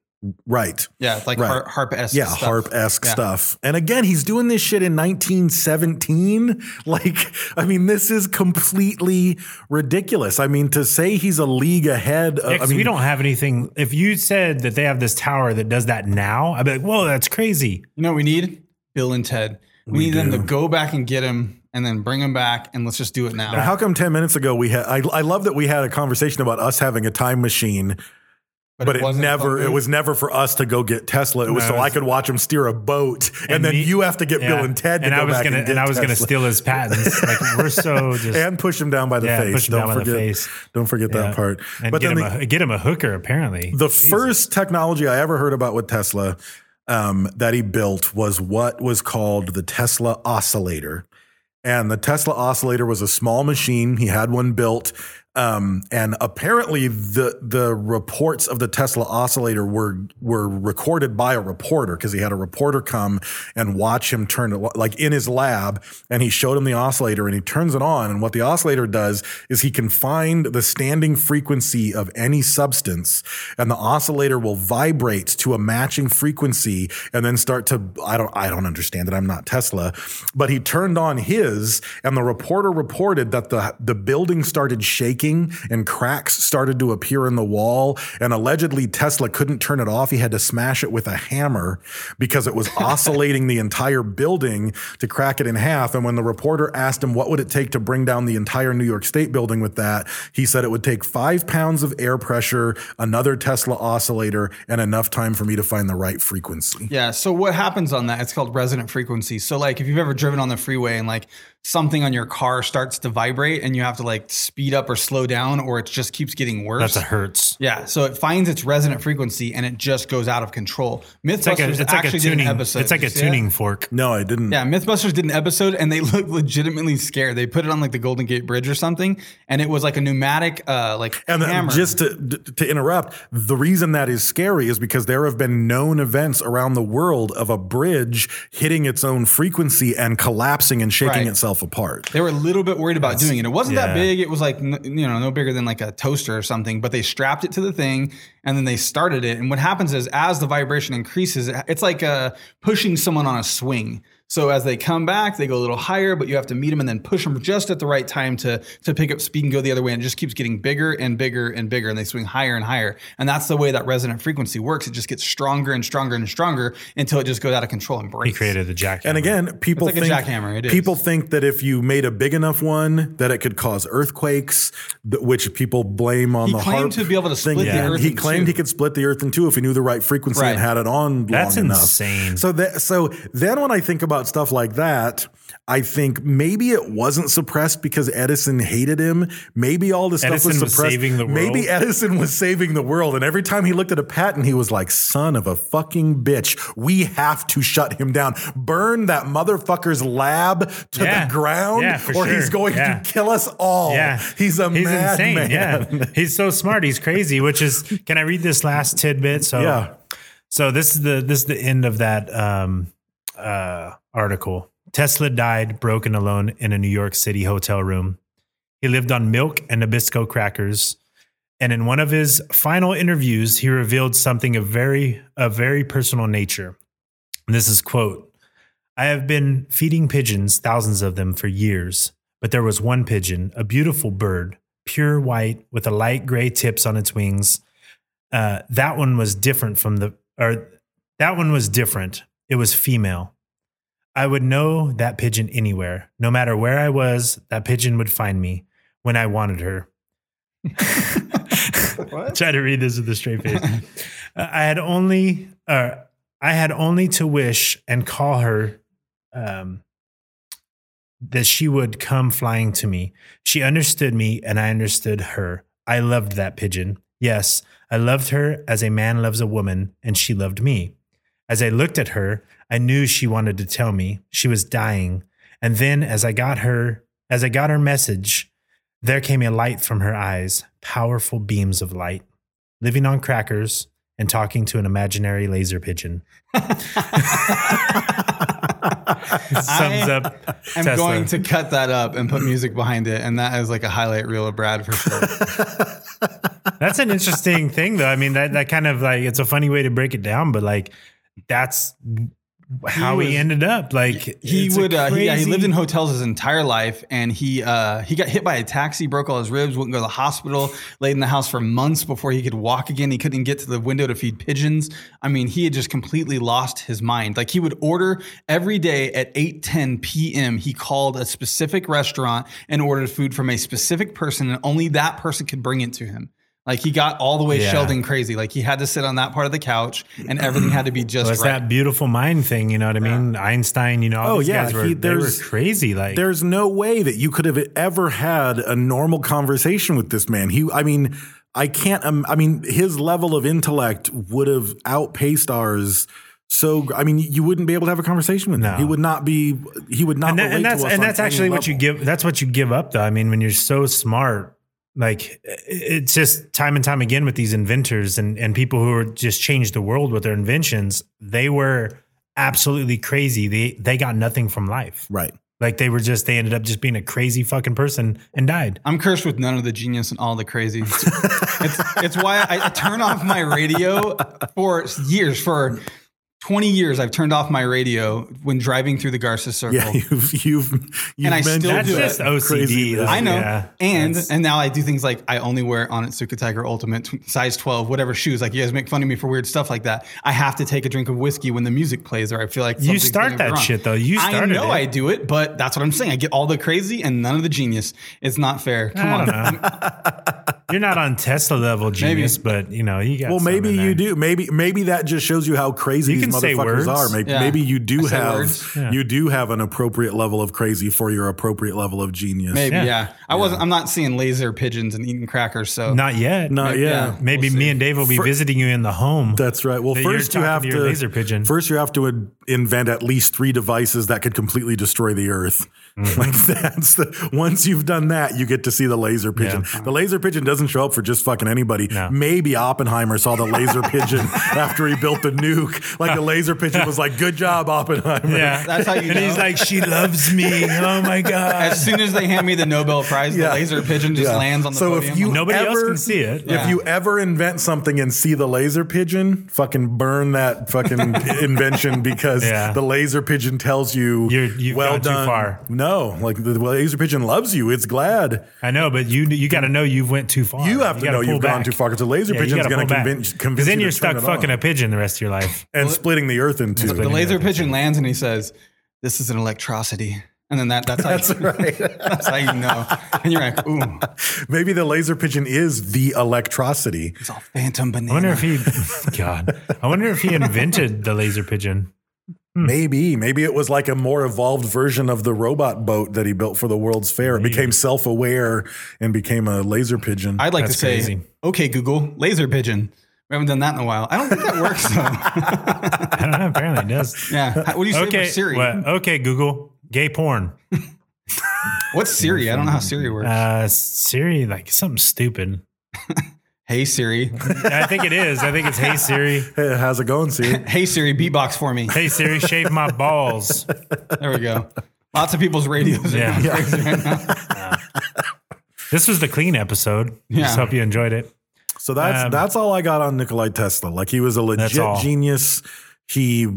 Speaker 5: Right.
Speaker 4: Yeah, like
Speaker 5: Right.
Speaker 4: har- harp esque.
Speaker 5: Yeah,
Speaker 4: stuff.
Speaker 5: harp esque
Speaker 4: Yeah.
Speaker 5: stuff. And again, he's doing this shit in 1917. Like, I mean, this is completely ridiculous. I mean, to say he's a league ahead of.
Speaker 6: Yeah,
Speaker 5: uh, I
Speaker 6: 'cause
Speaker 5: mean,
Speaker 6: we don't have anything. If you said that they have this tower that does that now, I'd be like, "Whoa, that's crazy!"
Speaker 4: You know, what we need Bill and Ted. We, need them to go back and get him, and then bring him back, and let's just do it now.
Speaker 5: How come 10 minutes ago we had. I, I love that we had a conversation about us having a time machine, but, it,
Speaker 4: wasn't
Speaker 5: never,
Speaker 4: fun.
Speaker 5: it was never for us to go get Tesla. It was
Speaker 6: No,
Speaker 5: so
Speaker 6: it was-
Speaker 5: I could watch him steer a boat. And,
Speaker 6: And
Speaker 5: then
Speaker 6: me-
Speaker 5: you have to get
Speaker 6: Yeah.
Speaker 5: Bill and Ted to
Speaker 6: and
Speaker 5: go
Speaker 6: I was
Speaker 5: back
Speaker 6: gonna
Speaker 5: and get
Speaker 6: and I was gonna
Speaker 5: Tesla.
Speaker 6: steal his patents. like we're so just
Speaker 5: and push him down by the
Speaker 6: Yeah,
Speaker 5: face.
Speaker 6: push him
Speaker 5: don't
Speaker 6: down by the
Speaker 5: forget,
Speaker 6: face.
Speaker 5: Don't forget
Speaker 6: Yeah.
Speaker 5: that part.
Speaker 6: and
Speaker 5: but
Speaker 6: get
Speaker 5: then
Speaker 6: him
Speaker 5: the,
Speaker 6: a get him a hooker. Apparently,
Speaker 5: The first technology I ever heard about with Tesla um, that he built was what was called the Tesla oscillator. And the Tesla oscillator was a small machine. He had one built. Um, and apparently the the reports of the Tesla oscillator were were recorded by a reporter because he had a reporter come and watch him turn it like in his lab and he showed him the oscillator and he turns it on and what the oscillator does is he can find the standing frequency of any substance and the oscillator will vibrate to a matching frequency and then start to I don't I don't understand it I'm not Tesla but he turned on his and the reporter reported that the the building started shaking and cracks started to appear in the wall and allegedly Tesla couldn't turn it off he had to smash it with a hammer because it was oscillating the entire building to crack it in half and when the reporter asked him what would it take to bring down the entire New York State building with that he said it would take 5 pounds of air pressure another Tesla oscillator and enough time for me to find the right frequency
Speaker 4: Yeah. So what happens on that? It's called resonant frequency. So like if you've ever driven on the freeway and like something on your car starts to vibrate and you have to like speed up or slow down or it just keeps getting worse.
Speaker 6: that's a hertz.
Speaker 4: yeah. So it finds its resonant frequency and it just goes out of control. Mythbusters
Speaker 6: It's like a it's like
Speaker 4: actually
Speaker 6: a
Speaker 4: did
Speaker 6: tuning
Speaker 4: an episode.
Speaker 6: it's like
Speaker 4: Did
Speaker 6: a
Speaker 4: you see that?
Speaker 6: tuning fork.
Speaker 5: no I didn't
Speaker 4: Yeah, Mythbusters did an episode and they looked legitimately scared. They put it on like the Golden Gate Bridge or something, and it was like a pneumatic, uh, like
Speaker 5: And the-
Speaker 4: hammer.
Speaker 5: just to to interrupt, the reason that is scary is because there have been known events around the world of a bridge hitting its own frequency and collapsing and shaking
Speaker 4: Right.
Speaker 5: itself apart.
Speaker 4: They were a little bit worried about doing it. It wasn't
Speaker 6: yeah.
Speaker 4: that big. It was like n- you know no bigger than like a toaster or something. But they strapped it to the thing and then they started it. And what happens is as the vibration increases, it- it's like uh, pushing someone on a swing. So as they come back, they go a little higher, but you have to meet them and then push them just at the right time to to pick up speed and go the other way. And it just keeps getting bigger and bigger and bigger, and they swing higher and higher. And that's the way that resonant frequency works. It just gets stronger and stronger and stronger until it just goes out of control and breaks.
Speaker 6: He created the jack.
Speaker 5: And again, people
Speaker 4: It's like a
Speaker 5: think
Speaker 4: jackhammer, it is.
Speaker 5: people think that if you made a big enough one, that it could cause earthquakes, th- which people blame on
Speaker 4: He
Speaker 5: the harp
Speaker 4: claimed to be able to
Speaker 5: thing.
Speaker 4: split the
Speaker 5: Yeah.
Speaker 4: earth
Speaker 5: He
Speaker 4: in
Speaker 5: claimed
Speaker 4: two.
Speaker 5: he could split the earth in two if he knew the right frequency
Speaker 4: Right.
Speaker 5: and had it on
Speaker 6: That's
Speaker 5: long enough.
Speaker 6: insane.
Speaker 5: So that so then when I think about about stuff like that, I think maybe it wasn't suppressed because Edison hated him. Maybe all this stuff was
Speaker 6: Edison was
Speaker 5: suppressed.
Speaker 6: saving the world.
Speaker 5: Maybe Edison was saving the world. And every time he looked at a patent, he was like, son of a fucking bitch, we have to shut him down. Burn that motherfucker's lab to
Speaker 6: Yeah.
Speaker 5: the ground,
Speaker 6: Yeah, for
Speaker 5: or he's
Speaker 6: sure.
Speaker 5: going
Speaker 6: Yeah.
Speaker 5: to kill us all.
Speaker 6: Yeah,
Speaker 5: He's a madman.
Speaker 6: Yeah, he's so smart. He's crazy. Which is, can I read this last tidbit? So
Speaker 5: Yeah.
Speaker 6: So this is the this is the end of that um, uh, article. Tesla died broken alone in a New York City hotel room. He lived on milk and Nabisco crackers. And in one of his final interviews, he revealed something of very of very personal nature. And this is quote: "I have been feeding pigeons, thousands of them, for years. But there was one pigeon, a beautiful bird, pure white with a light gray tips on its wings." uh, that one was different from the or that one was different. It was female. I would know that pigeon anywhere. No matter where I was, that pigeon would find me when I wanted her. Try to read this with a straight face. Uh, I had only uh, I had only to wish and call her um, that she would come flying to me. She understood me and I understood her. I loved that pigeon. Yes, I loved her as a man loves a woman, and she loved me. As I looked at her, I knew she wanted to tell me she was dying. And then as I got her, as I got her message, there came a light from her eyes, powerful beams of light. Living on crackers and talking to an imaginary laser pigeon. Sums up.
Speaker 4: I'm
Speaker 6: Tesla.
Speaker 4: going to cut that up and put music behind it, and that is like a highlight reel of Brad for sure.
Speaker 6: That's an interesting thing, though. I mean, that that kind of like it's a funny way to break it down, but like that's how he,
Speaker 4: was-
Speaker 6: ended up. Like
Speaker 4: he
Speaker 6: it's a
Speaker 4: would uh, he, yeah, he
Speaker 6: crazy-
Speaker 4: lived in hotels his entire life and he uh, he got hit by a taxi broke all his ribs wouldn't go to the hospital laid in the house for months before he could walk again he couldn't get to the window to feed pigeons i mean he had just completely lost his mind like he would order every day at 8:10 p.m. he called a specific restaurant and ordered food from a specific person and only that person could bring it to him like he got all the way
Speaker 6: Yeah.
Speaker 4: Sheldon crazy. Like he had to sit on that part of the couch, and everything had to be just
Speaker 6: Well, it's
Speaker 4: right.
Speaker 6: that beautiful mind thing, you know what I mean? Einstein, you know, all
Speaker 5: Oh,
Speaker 6: these
Speaker 5: yeah,
Speaker 6: guys were,
Speaker 5: he-
Speaker 6: they were
Speaker 5: there's-
Speaker 6: crazy. Like,
Speaker 5: There's no way that you could have ever had a normal conversation with this man. He, I mean, I can't. Um, I mean, his level of intellect would have outpaced ours. So, gr- I mean, you wouldn't be able to have a conversation with him. He would not be. He would not.
Speaker 6: and, that,
Speaker 5: relate
Speaker 6: and that's
Speaker 5: to us
Speaker 6: and
Speaker 5: on
Speaker 6: that's
Speaker 5: any
Speaker 6: actually what you
Speaker 5: level.
Speaker 6: give. That's what you give up, though. I mean, when you're so smart, like i- it's just time and time again with these inventors and and people who are just changed the world with their inventions. They were absolutely crazy. They they got nothing from life.
Speaker 5: Right.
Speaker 6: Like they were just they ended up just being a crazy fucking person and died.
Speaker 4: I'm cursed with none of the genius and all the crazy. It's, it's why I, I turn off my radio for years. For 20 years, I've turned off my radio when driving through the Garza Circle.
Speaker 5: Yeah, you've you've you've
Speaker 4: I still
Speaker 5: mentioned
Speaker 6: That's
Speaker 4: do it.
Speaker 6: just
Speaker 5: that
Speaker 6: OCD.
Speaker 5: crazy-
Speaker 6: though.
Speaker 4: I know.
Speaker 6: Yeah.
Speaker 4: and and now I do things like I only wear Onitsuka Tiger Ultimate t- size 12, whatever shoes. Like you guys make fun of me for weird stuff like that. I have to take a drink of whiskey when the music plays, or I feel like
Speaker 6: You
Speaker 4: something's
Speaker 6: start
Speaker 4: gonna go
Speaker 6: that
Speaker 4: wrong.
Speaker 6: shit, though. You
Speaker 4: I
Speaker 6: started
Speaker 4: know
Speaker 6: it.
Speaker 4: I do it, but that's what I'm saying. I get all the crazy and none of the genius. It's not fair.
Speaker 6: Ah,
Speaker 4: Come on.
Speaker 6: You're not on Tesla level genius, but you know you got.
Speaker 5: Well,
Speaker 6: some
Speaker 5: maybe
Speaker 6: in there.
Speaker 5: you do. Maybe maybe that just shows you how crazy
Speaker 6: You
Speaker 5: these
Speaker 6: can say words.
Speaker 5: motherfuckers are. Maybe,
Speaker 4: Yeah.
Speaker 5: maybe you do
Speaker 4: I said
Speaker 5: have
Speaker 4: words.
Speaker 5: you do have an appropriate level of crazy for your appropriate level of genius.
Speaker 4: Maybe,
Speaker 6: Yeah.
Speaker 4: yeah. I wasn't. I'm not seeing laser pigeons and eating crackers. So
Speaker 6: Not yet.
Speaker 5: Not
Speaker 4: Yeah.
Speaker 5: yeah.
Speaker 6: Maybe
Speaker 4: We'll
Speaker 6: me
Speaker 4: see.
Speaker 6: and Dave will be visiting you in the home.
Speaker 5: That's right. Well,
Speaker 6: that you're
Speaker 5: first you
Speaker 6: talking
Speaker 5: have
Speaker 6: to
Speaker 5: to,
Speaker 6: your laser pigeon.
Speaker 5: First, you have to in- invent at least three devices that could completely destroy the Earth.
Speaker 6: Mm-hmm.
Speaker 5: Like that's the once you've done that, you get to see the laser pigeon. The laser pigeon doesn't show up for just fucking anybody.
Speaker 6: No.
Speaker 5: Maybe Oppenheimer saw the laser pigeon after he built the nuke. Like the laser pigeon was like, "Good job, Oppenheimer."
Speaker 6: yeah,
Speaker 4: That's how you
Speaker 6: And he's
Speaker 4: know.
Speaker 6: like, she loves me. Oh my god.
Speaker 4: as soon as they hand me the Nobel Prize,
Speaker 5: Yeah.
Speaker 4: the laser pigeon just
Speaker 5: Yeah.
Speaker 4: lands on the
Speaker 5: So if
Speaker 4: podium.
Speaker 5: you-
Speaker 6: Nobody else
Speaker 5: ever-
Speaker 6: can see it.
Speaker 4: Yeah.
Speaker 5: If you ever invent something and see the laser pigeon, fucking burn that fucking invention because
Speaker 6: Yeah.
Speaker 5: the laser pigeon tells you
Speaker 6: You're- you've gone too far.
Speaker 5: No, like the laser pigeon loves you. It's glad.
Speaker 6: I know, but you you got to know you went too far.
Speaker 5: You have to
Speaker 6: gotta
Speaker 5: know you've
Speaker 6: pull
Speaker 5: gone
Speaker 6: back.
Speaker 5: too far, 'cause the laser
Speaker 6: you
Speaker 5: pigeon's
Speaker 6: gotta
Speaker 5: gonna
Speaker 6: pull back.
Speaker 5: convince-
Speaker 6: 'Cause
Speaker 5: convince
Speaker 6: then
Speaker 5: you
Speaker 6: you're
Speaker 5: to turn
Speaker 6: stuck
Speaker 5: it
Speaker 6: fucking
Speaker 5: on.
Speaker 6: a pigeon the rest of your life.
Speaker 5: And splitting the earth in two.
Speaker 4: the laser pigeon lands and he says, "This is an electrocity," and then that that's how
Speaker 5: That's
Speaker 4: you,
Speaker 5: right.
Speaker 4: that's how you know. And you're like, "Ooh,
Speaker 5: Maybe the laser pigeon is the electrocity.
Speaker 4: it's all phantom
Speaker 6: I
Speaker 4: banana."
Speaker 6: wonder if he, God, I wonder if he invented the laser pigeon.
Speaker 5: Maybe, maybe it was like a more evolved version of the robot boat that he built for the World's Fair. It became self-aware and became a laser pigeon.
Speaker 4: I'd like
Speaker 6: That's
Speaker 4: to say,
Speaker 6: crazy.
Speaker 4: okay, Google, laser pigeon. We haven't done that in a while. I don't think that works though.
Speaker 6: I don't know. Apparently, it does.
Speaker 4: yeah. How- What do you say
Speaker 6: okay.
Speaker 4: for Siri?
Speaker 6: what- okay, Google. Gay porn.
Speaker 4: What's Siri? I don't know how Siri works.
Speaker 6: Uh, Siri, like something stupid.
Speaker 4: hey Siri.
Speaker 6: I think it is. I think it's Hey Siri.
Speaker 5: Hey, how's it going, Siri?
Speaker 4: Hey Siri, beatbox for me.
Speaker 6: Hey Siri, shave my balls.
Speaker 4: There we go. Lots of people's radios are
Speaker 6: Yeah. Uh,
Speaker 4: going crazy right now.
Speaker 6: This was the clean episode.
Speaker 4: Yeah.
Speaker 6: Just hope you enjoyed it.
Speaker 5: So that's
Speaker 6: Um,
Speaker 5: that's all I got on Nikolai Tesla. Like he was a legit
Speaker 6: all.
Speaker 5: genius. He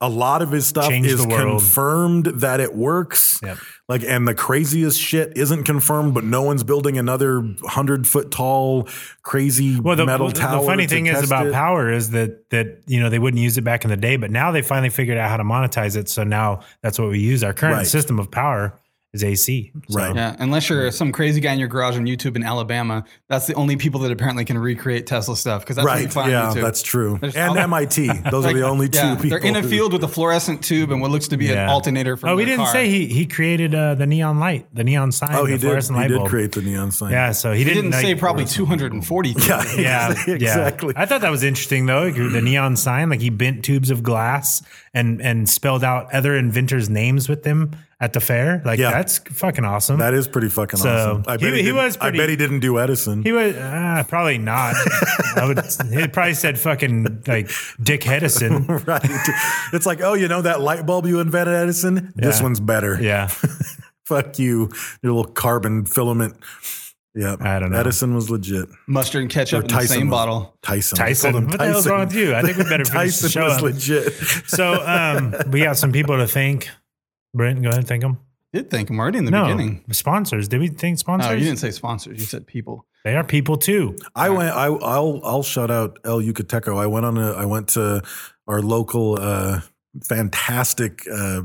Speaker 5: a lot of his stuff
Speaker 6: Changed
Speaker 5: is
Speaker 6: the world.
Speaker 5: confirmed that it works.
Speaker 6: Yep.
Speaker 5: Like and the craziest shit isn't confirmed, but no one's building another hundred foot tall crazy
Speaker 6: Well, the,
Speaker 5: metal
Speaker 6: the
Speaker 5: tower.
Speaker 6: funny
Speaker 5: to
Speaker 6: thing is
Speaker 5: test
Speaker 6: about
Speaker 5: it.
Speaker 6: power is that that you know they wouldn't use it back in the day, but now they finally figured out how to monetize it. So now that's what we use. Our current
Speaker 5: Right.
Speaker 6: system of power is AC. So-
Speaker 5: Right.
Speaker 4: Yeah, unless you're some crazy guy in your garage on YouTube in Alabama, that's the only people that apparently can recreate Tesla stuff because that's what you
Speaker 5: Right.
Speaker 4: find
Speaker 5: Yeah,
Speaker 4: on YouTube.
Speaker 5: that's true.
Speaker 4: There's
Speaker 5: and
Speaker 4: all-
Speaker 5: MIT. Those are
Speaker 4: Like,
Speaker 5: the only two
Speaker 4: yeah,
Speaker 5: people.
Speaker 4: They're in a
Speaker 5: who-
Speaker 4: field with a fluorescent tube and what looks to be an
Speaker 6: Yeah.
Speaker 4: alternator for.
Speaker 6: Oh, we
Speaker 4: their
Speaker 6: didn't
Speaker 4: car.
Speaker 6: say he he created uh, the neon light, the neon sign.
Speaker 5: Oh,
Speaker 6: the
Speaker 5: he did.
Speaker 6: fluorescent
Speaker 5: He
Speaker 6: light
Speaker 5: did
Speaker 6: bulb.
Speaker 5: create the neon sign.
Speaker 6: Yeah, so he
Speaker 4: He
Speaker 6: didn't,
Speaker 4: didn't say
Speaker 6: like-
Speaker 4: probably 240.
Speaker 5: Yeah.
Speaker 6: Yeah, yeah.
Speaker 5: Exactly.
Speaker 6: I thought that was interesting though. The neon sign, like he bent tubes of glass and and spelled out other inventors' names with them at the fair. Like
Speaker 5: Yeah.
Speaker 6: that's fucking awesome.
Speaker 5: That is pretty fucking
Speaker 6: So,
Speaker 5: awesome. I
Speaker 6: he-
Speaker 5: bet he,
Speaker 6: he
Speaker 5: didn't-
Speaker 6: was pretty-
Speaker 5: I bet he didn't do Edison.
Speaker 6: He was uh, probably not. I would. He probably said fucking like Dick Hedison.
Speaker 5: right. It's like, oh, you know that light bulb you invented, Edison? This
Speaker 6: Yeah.
Speaker 5: one's better.
Speaker 6: Yeah,
Speaker 5: Fuck you, your little carbon filament. Yeah.
Speaker 6: I don't know.
Speaker 5: Edison was legit.
Speaker 4: mustard and ketchup
Speaker 5: Or
Speaker 4: in the same
Speaker 5: was-
Speaker 4: bottle.
Speaker 5: Tyson. I
Speaker 6: Tyson.
Speaker 5: called him
Speaker 6: What the hell's wrong with you? I think we better finish
Speaker 5: Tyson
Speaker 6: the show
Speaker 5: was
Speaker 6: up.
Speaker 5: legit.
Speaker 6: So um, we got some people to thank. Brent, go ahead and thank them.
Speaker 4: Did think him already in the
Speaker 6: no
Speaker 4: beginning.
Speaker 6: sponsors. Did we thank sponsors?
Speaker 4: No, you didn't say sponsors. You said people.
Speaker 6: They are people too.
Speaker 5: I went. I, I'll I'll shout out El Yucateco. I went on a. I went to our local uh, fantastic uh,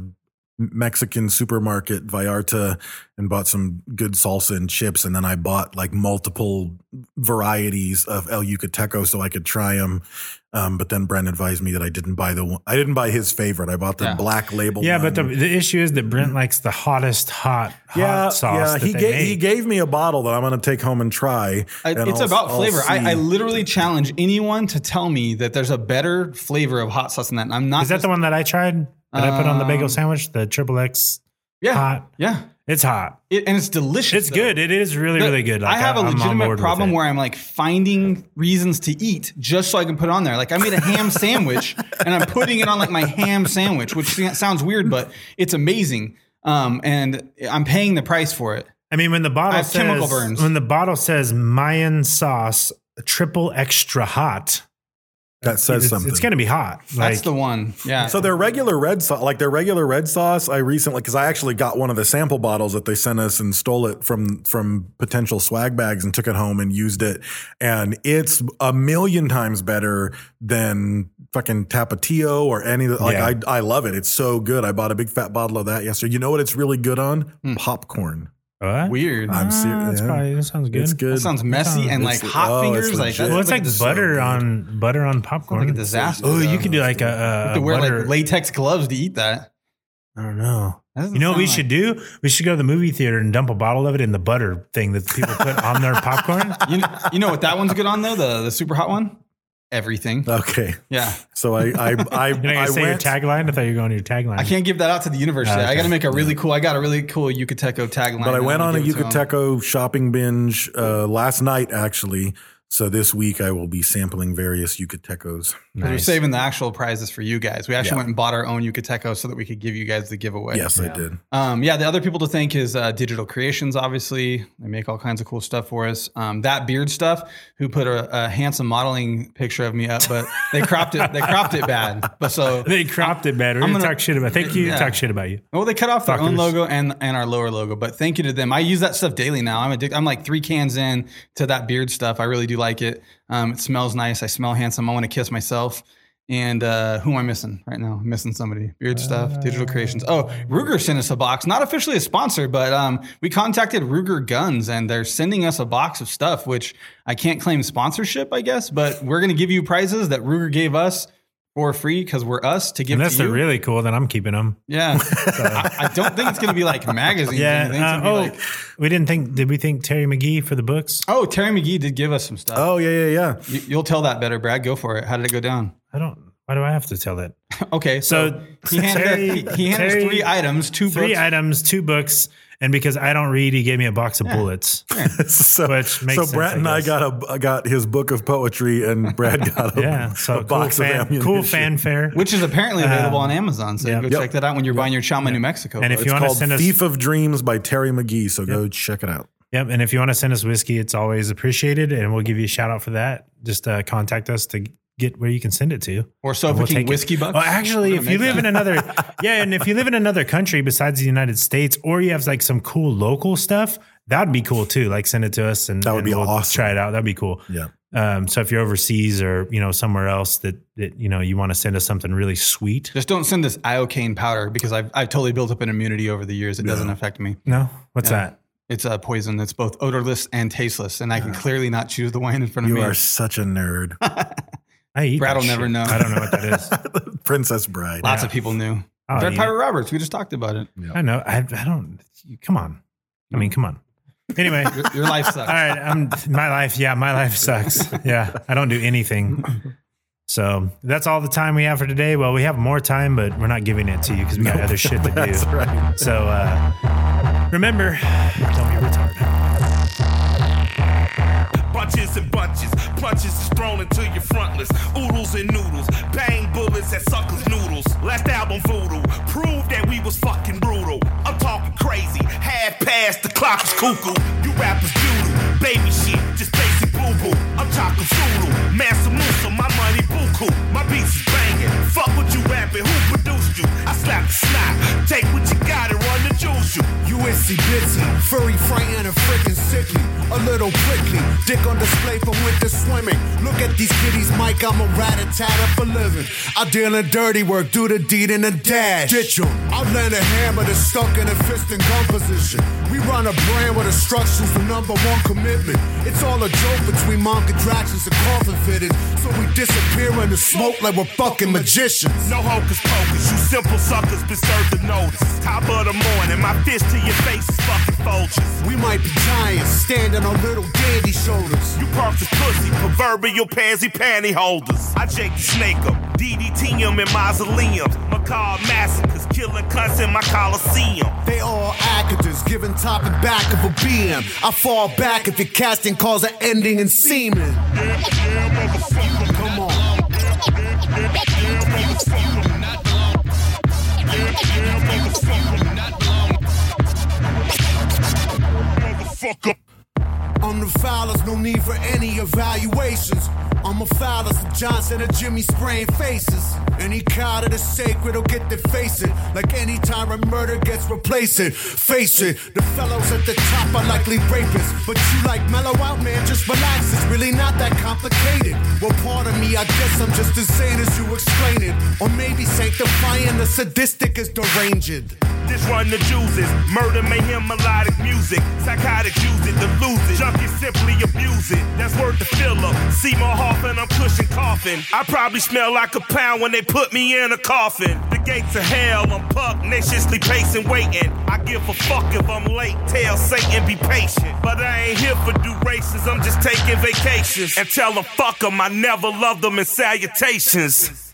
Speaker 5: Mexican supermarket, Vallarta, and bought some good salsa and chips. And then I bought like multiple varieties of El Yucateco so I could try them. Um, but then Brent advised me that I didn't buy the one. I didn't buy his favorite. I bought the
Speaker 4: Yeah.
Speaker 5: black label.
Speaker 6: Yeah, but the,
Speaker 5: one.
Speaker 6: the issue is that Brent likes the hottest hot hot sauce. that
Speaker 5: he
Speaker 6: they
Speaker 5: gave he
Speaker 6: make.
Speaker 5: gave me a bottle that I'm going to take home and try.
Speaker 4: I,
Speaker 5: and
Speaker 4: it's
Speaker 5: I'll-
Speaker 4: about
Speaker 5: I'll
Speaker 4: flavor. I, I
Speaker 5: see.
Speaker 4: literally challenge anyone to tell me that there's a better flavor of hot sauce than that. And I'm not.
Speaker 6: Is that
Speaker 4: just-
Speaker 6: the one that I tried that I put on the bagel
Speaker 4: Um,
Speaker 6: sandwich? The triple X
Speaker 4: Yeah,
Speaker 6: hot.
Speaker 4: yeah.
Speaker 6: It's hot.
Speaker 4: It, and it's delicious.
Speaker 6: It's
Speaker 4: though.
Speaker 6: good. It is really really good.
Speaker 4: I have a
Speaker 6: a
Speaker 4: legitimate problem where I'm like finding reasons to eat just so I can put it on there. Like I made a ham sandwich and I'm putting it on like my ham sandwich, which sa- sounds weird, but it's amazing. Um, and I'm paying the price for it.
Speaker 6: I mean, when the bottle
Speaker 4: have
Speaker 6: says
Speaker 4: chemical burns.
Speaker 6: when the bottle says Mayan sauce triple extra hot,
Speaker 5: that says
Speaker 6: it's,
Speaker 5: something.
Speaker 6: it's going to be hot.
Speaker 4: That's
Speaker 6: Like
Speaker 4: the one. Yeah.
Speaker 5: So their regular red sauce, like their regular red sauce, I recently because I actually got one of the sample bottles that they sent us and stole it from from potential swag bags and took it home and used it, and it's a million times better than fucking Tapatio or any of the like.
Speaker 6: Yeah.
Speaker 5: I I love it. It's so good. I bought a big fat bottle of that yesterday. You know what? It's really good on
Speaker 6: Hmm.
Speaker 5: popcorn.
Speaker 6: what?
Speaker 4: weird.
Speaker 5: I'm serious.
Speaker 6: That's probably that sounds good.
Speaker 5: It's good.
Speaker 4: that sounds messy and like
Speaker 5: It's-
Speaker 4: hot
Speaker 5: oh, it's
Speaker 4: fingers. Like
Speaker 5: legit.
Speaker 4: that
Speaker 6: Well, it's
Speaker 4: sounds
Speaker 6: like
Speaker 5: It's so
Speaker 6: butter
Speaker 5: good.
Speaker 6: on butter on
Speaker 4: like,
Speaker 6: popcorn.
Speaker 4: like a disaster.
Speaker 6: Oh, you
Speaker 4: though.
Speaker 6: could do like a, a,
Speaker 4: You have
Speaker 6: a
Speaker 4: to wear
Speaker 6: butter.
Speaker 4: like latex gloves to eat that.
Speaker 5: I don't know.
Speaker 4: That doesn't
Speaker 6: You know what we
Speaker 4: sound
Speaker 6: should do? We should go to the movie theater and dump a bottle of it in the butter thing that people put on their popcorn.
Speaker 4: like- You know, you know what that one's good on though? The the super hot one? Everything.
Speaker 5: Okay,
Speaker 4: Yeah.
Speaker 5: so I I I,
Speaker 6: You're not
Speaker 5: I
Speaker 6: gonna say
Speaker 5: went.
Speaker 6: your tagline? I thought you were going to your tagline.
Speaker 4: I can't give that out to the universe. yet. I
Speaker 6: okay.
Speaker 4: got to make a really cool. I got a really cool Yucateco tagline.
Speaker 5: But I
Speaker 4: and
Speaker 5: went
Speaker 4: I'm
Speaker 5: on a
Speaker 4: gonna give it to 'em.
Speaker 5: Yucateco shopping binge uh, last night, actually. So this week I will be sampling various Yucatecos.
Speaker 4: 'Cause We're
Speaker 6: Nice.
Speaker 4: saving the actual prizes for you guys. We actually
Speaker 5: Yeah.
Speaker 4: went and bought our own Yucateco so that we could give you guys the giveaway.
Speaker 5: Yes, I did.
Speaker 4: Um, yeah. The other people to thank is uh, Digital Creations. Obviously, they make all kinds of cool stuff for us. Um, that beard stuff, who put a, a handsome modeling picture of me up, but they cropped it. They cropped it bad. But so
Speaker 6: They cropped it better.
Speaker 4: I'm
Speaker 6: We
Speaker 4: gonna-
Speaker 6: talk shit about. Thank you.
Speaker 4: Yeah.
Speaker 6: Talk shit about you.
Speaker 4: Well, they cut off their own
Speaker 6: Fuckers.
Speaker 4: logo and and our lower logo, but thank you to them. I use that stuff daily now. I'm addicted. I'm like three cans in to that beard stuff. I really do like it. Um, it smells nice. I smell handsome. I want to kiss myself. And uh, who am I missing right now? I'm missing somebody. Beard stuff, digital creations. Oh, Ruger sent us a box. Not officially a sponsor, but um, we contacted Ruger Guns, and they're sending us a box of stuff, which I can't claim sponsorship, I guess. But we're gonna give you prizes that Ruger gave us for free because we're us to give
Speaker 6: Unless
Speaker 4: to
Speaker 6: they're
Speaker 4: you.
Speaker 6: really cool, then I'm keeping them.
Speaker 4: yeah, I, I don't think it's going to be like magazines. or anything. It's
Speaker 6: Yeah.
Speaker 4: gonna
Speaker 6: uh, oh,
Speaker 4: be like-
Speaker 6: we didn't think. Did we think Terry McGee for the books?
Speaker 4: oh, Terry McGee did give us some stuff.
Speaker 5: Oh yeah, yeah, yeah.
Speaker 4: You, you'll tell that better, Brad. Go for it. How did it go down?
Speaker 6: I don't. Why do I have to tell that?
Speaker 4: Okay, so,
Speaker 6: So
Speaker 4: he handed,
Speaker 6: Terry-
Speaker 4: us, he, he handed us
Speaker 6: Terry-
Speaker 4: three items, two
Speaker 6: Three
Speaker 4: books.
Speaker 6: items, two books, and because I don't read, he gave me a box of bullets.
Speaker 5: So,
Speaker 6: Which makes
Speaker 5: so
Speaker 6: sense,
Speaker 5: Brad
Speaker 6: I
Speaker 5: and I
Speaker 6: guess.
Speaker 5: got a got his book of poetry, and Brad got a,
Speaker 6: Yeah. So
Speaker 5: a
Speaker 6: cool
Speaker 5: box
Speaker 6: fan-
Speaker 5: of ammunition.
Speaker 6: cool fanfare.
Speaker 4: which is apparently available on Amazon. So
Speaker 6: Um, yeah.
Speaker 4: go
Speaker 6: Yep.
Speaker 4: check that out when you're buying your Chama, New Mexico.
Speaker 6: And if
Speaker 5: It's
Speaker 6: you want to
Speaker 5: called
Speaker 6: send us,
Speaker 5: Thief of Dreams by Terry McGee. So go check it out.
Speaker 6: yep. And if you want to send us whiskey, it's always appreciated, and we'll give you a shout out for that. Just uh, contact us to get where you can send it to.
Speaker 4: or so
Speaker 6: We'll
Speaker 4: picking
Speaker 6: take it.
Speaker 4: whiskey bucks.
Speaker 6: Well, actually,
Speaker 4: We're
Speaker 6: if
Speaker 4: gonna
Speaker 6: you
Speaker 4: make
Speaker 6: live
Speaker 4: that.
Speaker 6: in another, yeah, and if you live in another country besides the United States, or you have like some cool local stuff, that'd be cool too. Like send it to us, and
Speaker 5: That would
Speaker 6: and
Speaker 5: be
Speaker 6: we'll
Speaker 5: awesome.
Speaker 6: Try it out. That'd be cool.
Speaker 5: Yeah.
Speaker 6: Um, so if you're overseas or you know somewhere else that that you know you want to send us something really sweet,
Speaker 4: just don't send this iocane powder because I've I've totally built up an immunity over the years. It doesn't affect me.
Speaker 6: no, what's
Speaker 4: Yeah.
Speaker 6: that?
Speaker 4: It's a poison that's both odorless and tasteless, and I can clearly not choose the wine in front of
Speaker 5: You
Speaker 4: me.
Speaker 5: are such a nerd,
Speaker 6: I eat.
Speaker 4: Brad
Speaker 6: that
Speaker 4: will never
Speaker 6: shit.
Speaker 4: know.
Speaker 6: I don't know what that is.
Speaker 5: Princess Bride.
Speaker 4: Lots of people knew.
Speaker 6: I'll
Speaker 4: Red
Speaker 6: eat
Speaker 4: Pirate Roberts. We just talked about it.
Speaker 6: it. I know. I, I don't. Come on. I mean, come on. Anyway.
Speaker 4: Your, your life
Speaker 6: All
Speaker 4: sucks.
Speaker 6: right, I'm my life. Yeah, my life sucks. Yeah, I don't do anything. So that's all the time we have for today. Well, we have more time, but we're not giving it to you because we got other shit to do.
Speaker 5: That's right.
Speaker 6: So uh, remember, don't be retarded.
Speaker 7: Bunches and bunches, punches is thrown into your frontless. Oodles and noodles, bang bullets at suckers' noodles. Last album, Voodoo, proved that we was fucking brutal. I'm talking crazy, half past the clock is cuckoo. You rappers doodle, baby shit, just basic boo boo. I'm talking Zulu, Massa Musa, my money buku. My beats is banging, fuck what you rapping, who produced you? I slap the snap, take what you got and run the juice you.
Speaker 8: USC Bitsy, furry frightened and freaking sickly. A little prickly, dick on display from winter swimming. Look at these kiddies, Mike, I'm a rat a tat up for living. I deal in dirty work, do the deed in a dash. Ditch 'em. I land a hammer that's stuck in a fist and gun position. We run a brand with instructions for number one commitment. It's all a joke between mom contractions and coffin fitted. So we disappear in the smoke like we're fucking magicians.
Speaker 7: No hocus pocus, you simple suckers been served the notice. Top of the morning, my fist to your face is fucking vultures.
Speaker 8: We might be giants, standing on little dandy shoulders.
Speaker 7: You parked as pussy, proverbial pansy panty holders. I Jake the snake em, DDT em in mausoleums. Macabre massacres, killing cunts in my coliseum.
Speaker 8: They all actors, giving top and back of a BM. I fall back if your casting calls an ending in semen. Come on. I'm the foulest, no need for any evaluations. I'm a foulest of Johnson and Jimmy spraying faces. Any card of the sacred will get to face it. Like any time a murder gets replacing. Face it, the fellows at the top are likely rapists. But you like mellow out, man, just relax. It's really not that complicated. Well, part of me, I guess I'm just as sane as you explain it. Or maybe sanctifying the sadistic is deranged.
Speaker 7: This run the juices, murder mayhem, melodic music. Psychotics use it to lose it. Junkies simply abuse it. That's worth the filler. Seymour Hoffman, I'm pushing coffin. I probably smell like a pound when they put me in a coffin. The gates of hell, I'm pugnaciously pacing, waiting. I give a fuck if I'm late. Tell Satan be patient. But I ain't here for durations. I'm just taking vacations. And tell them fuck 'em, I never loved them in salutations.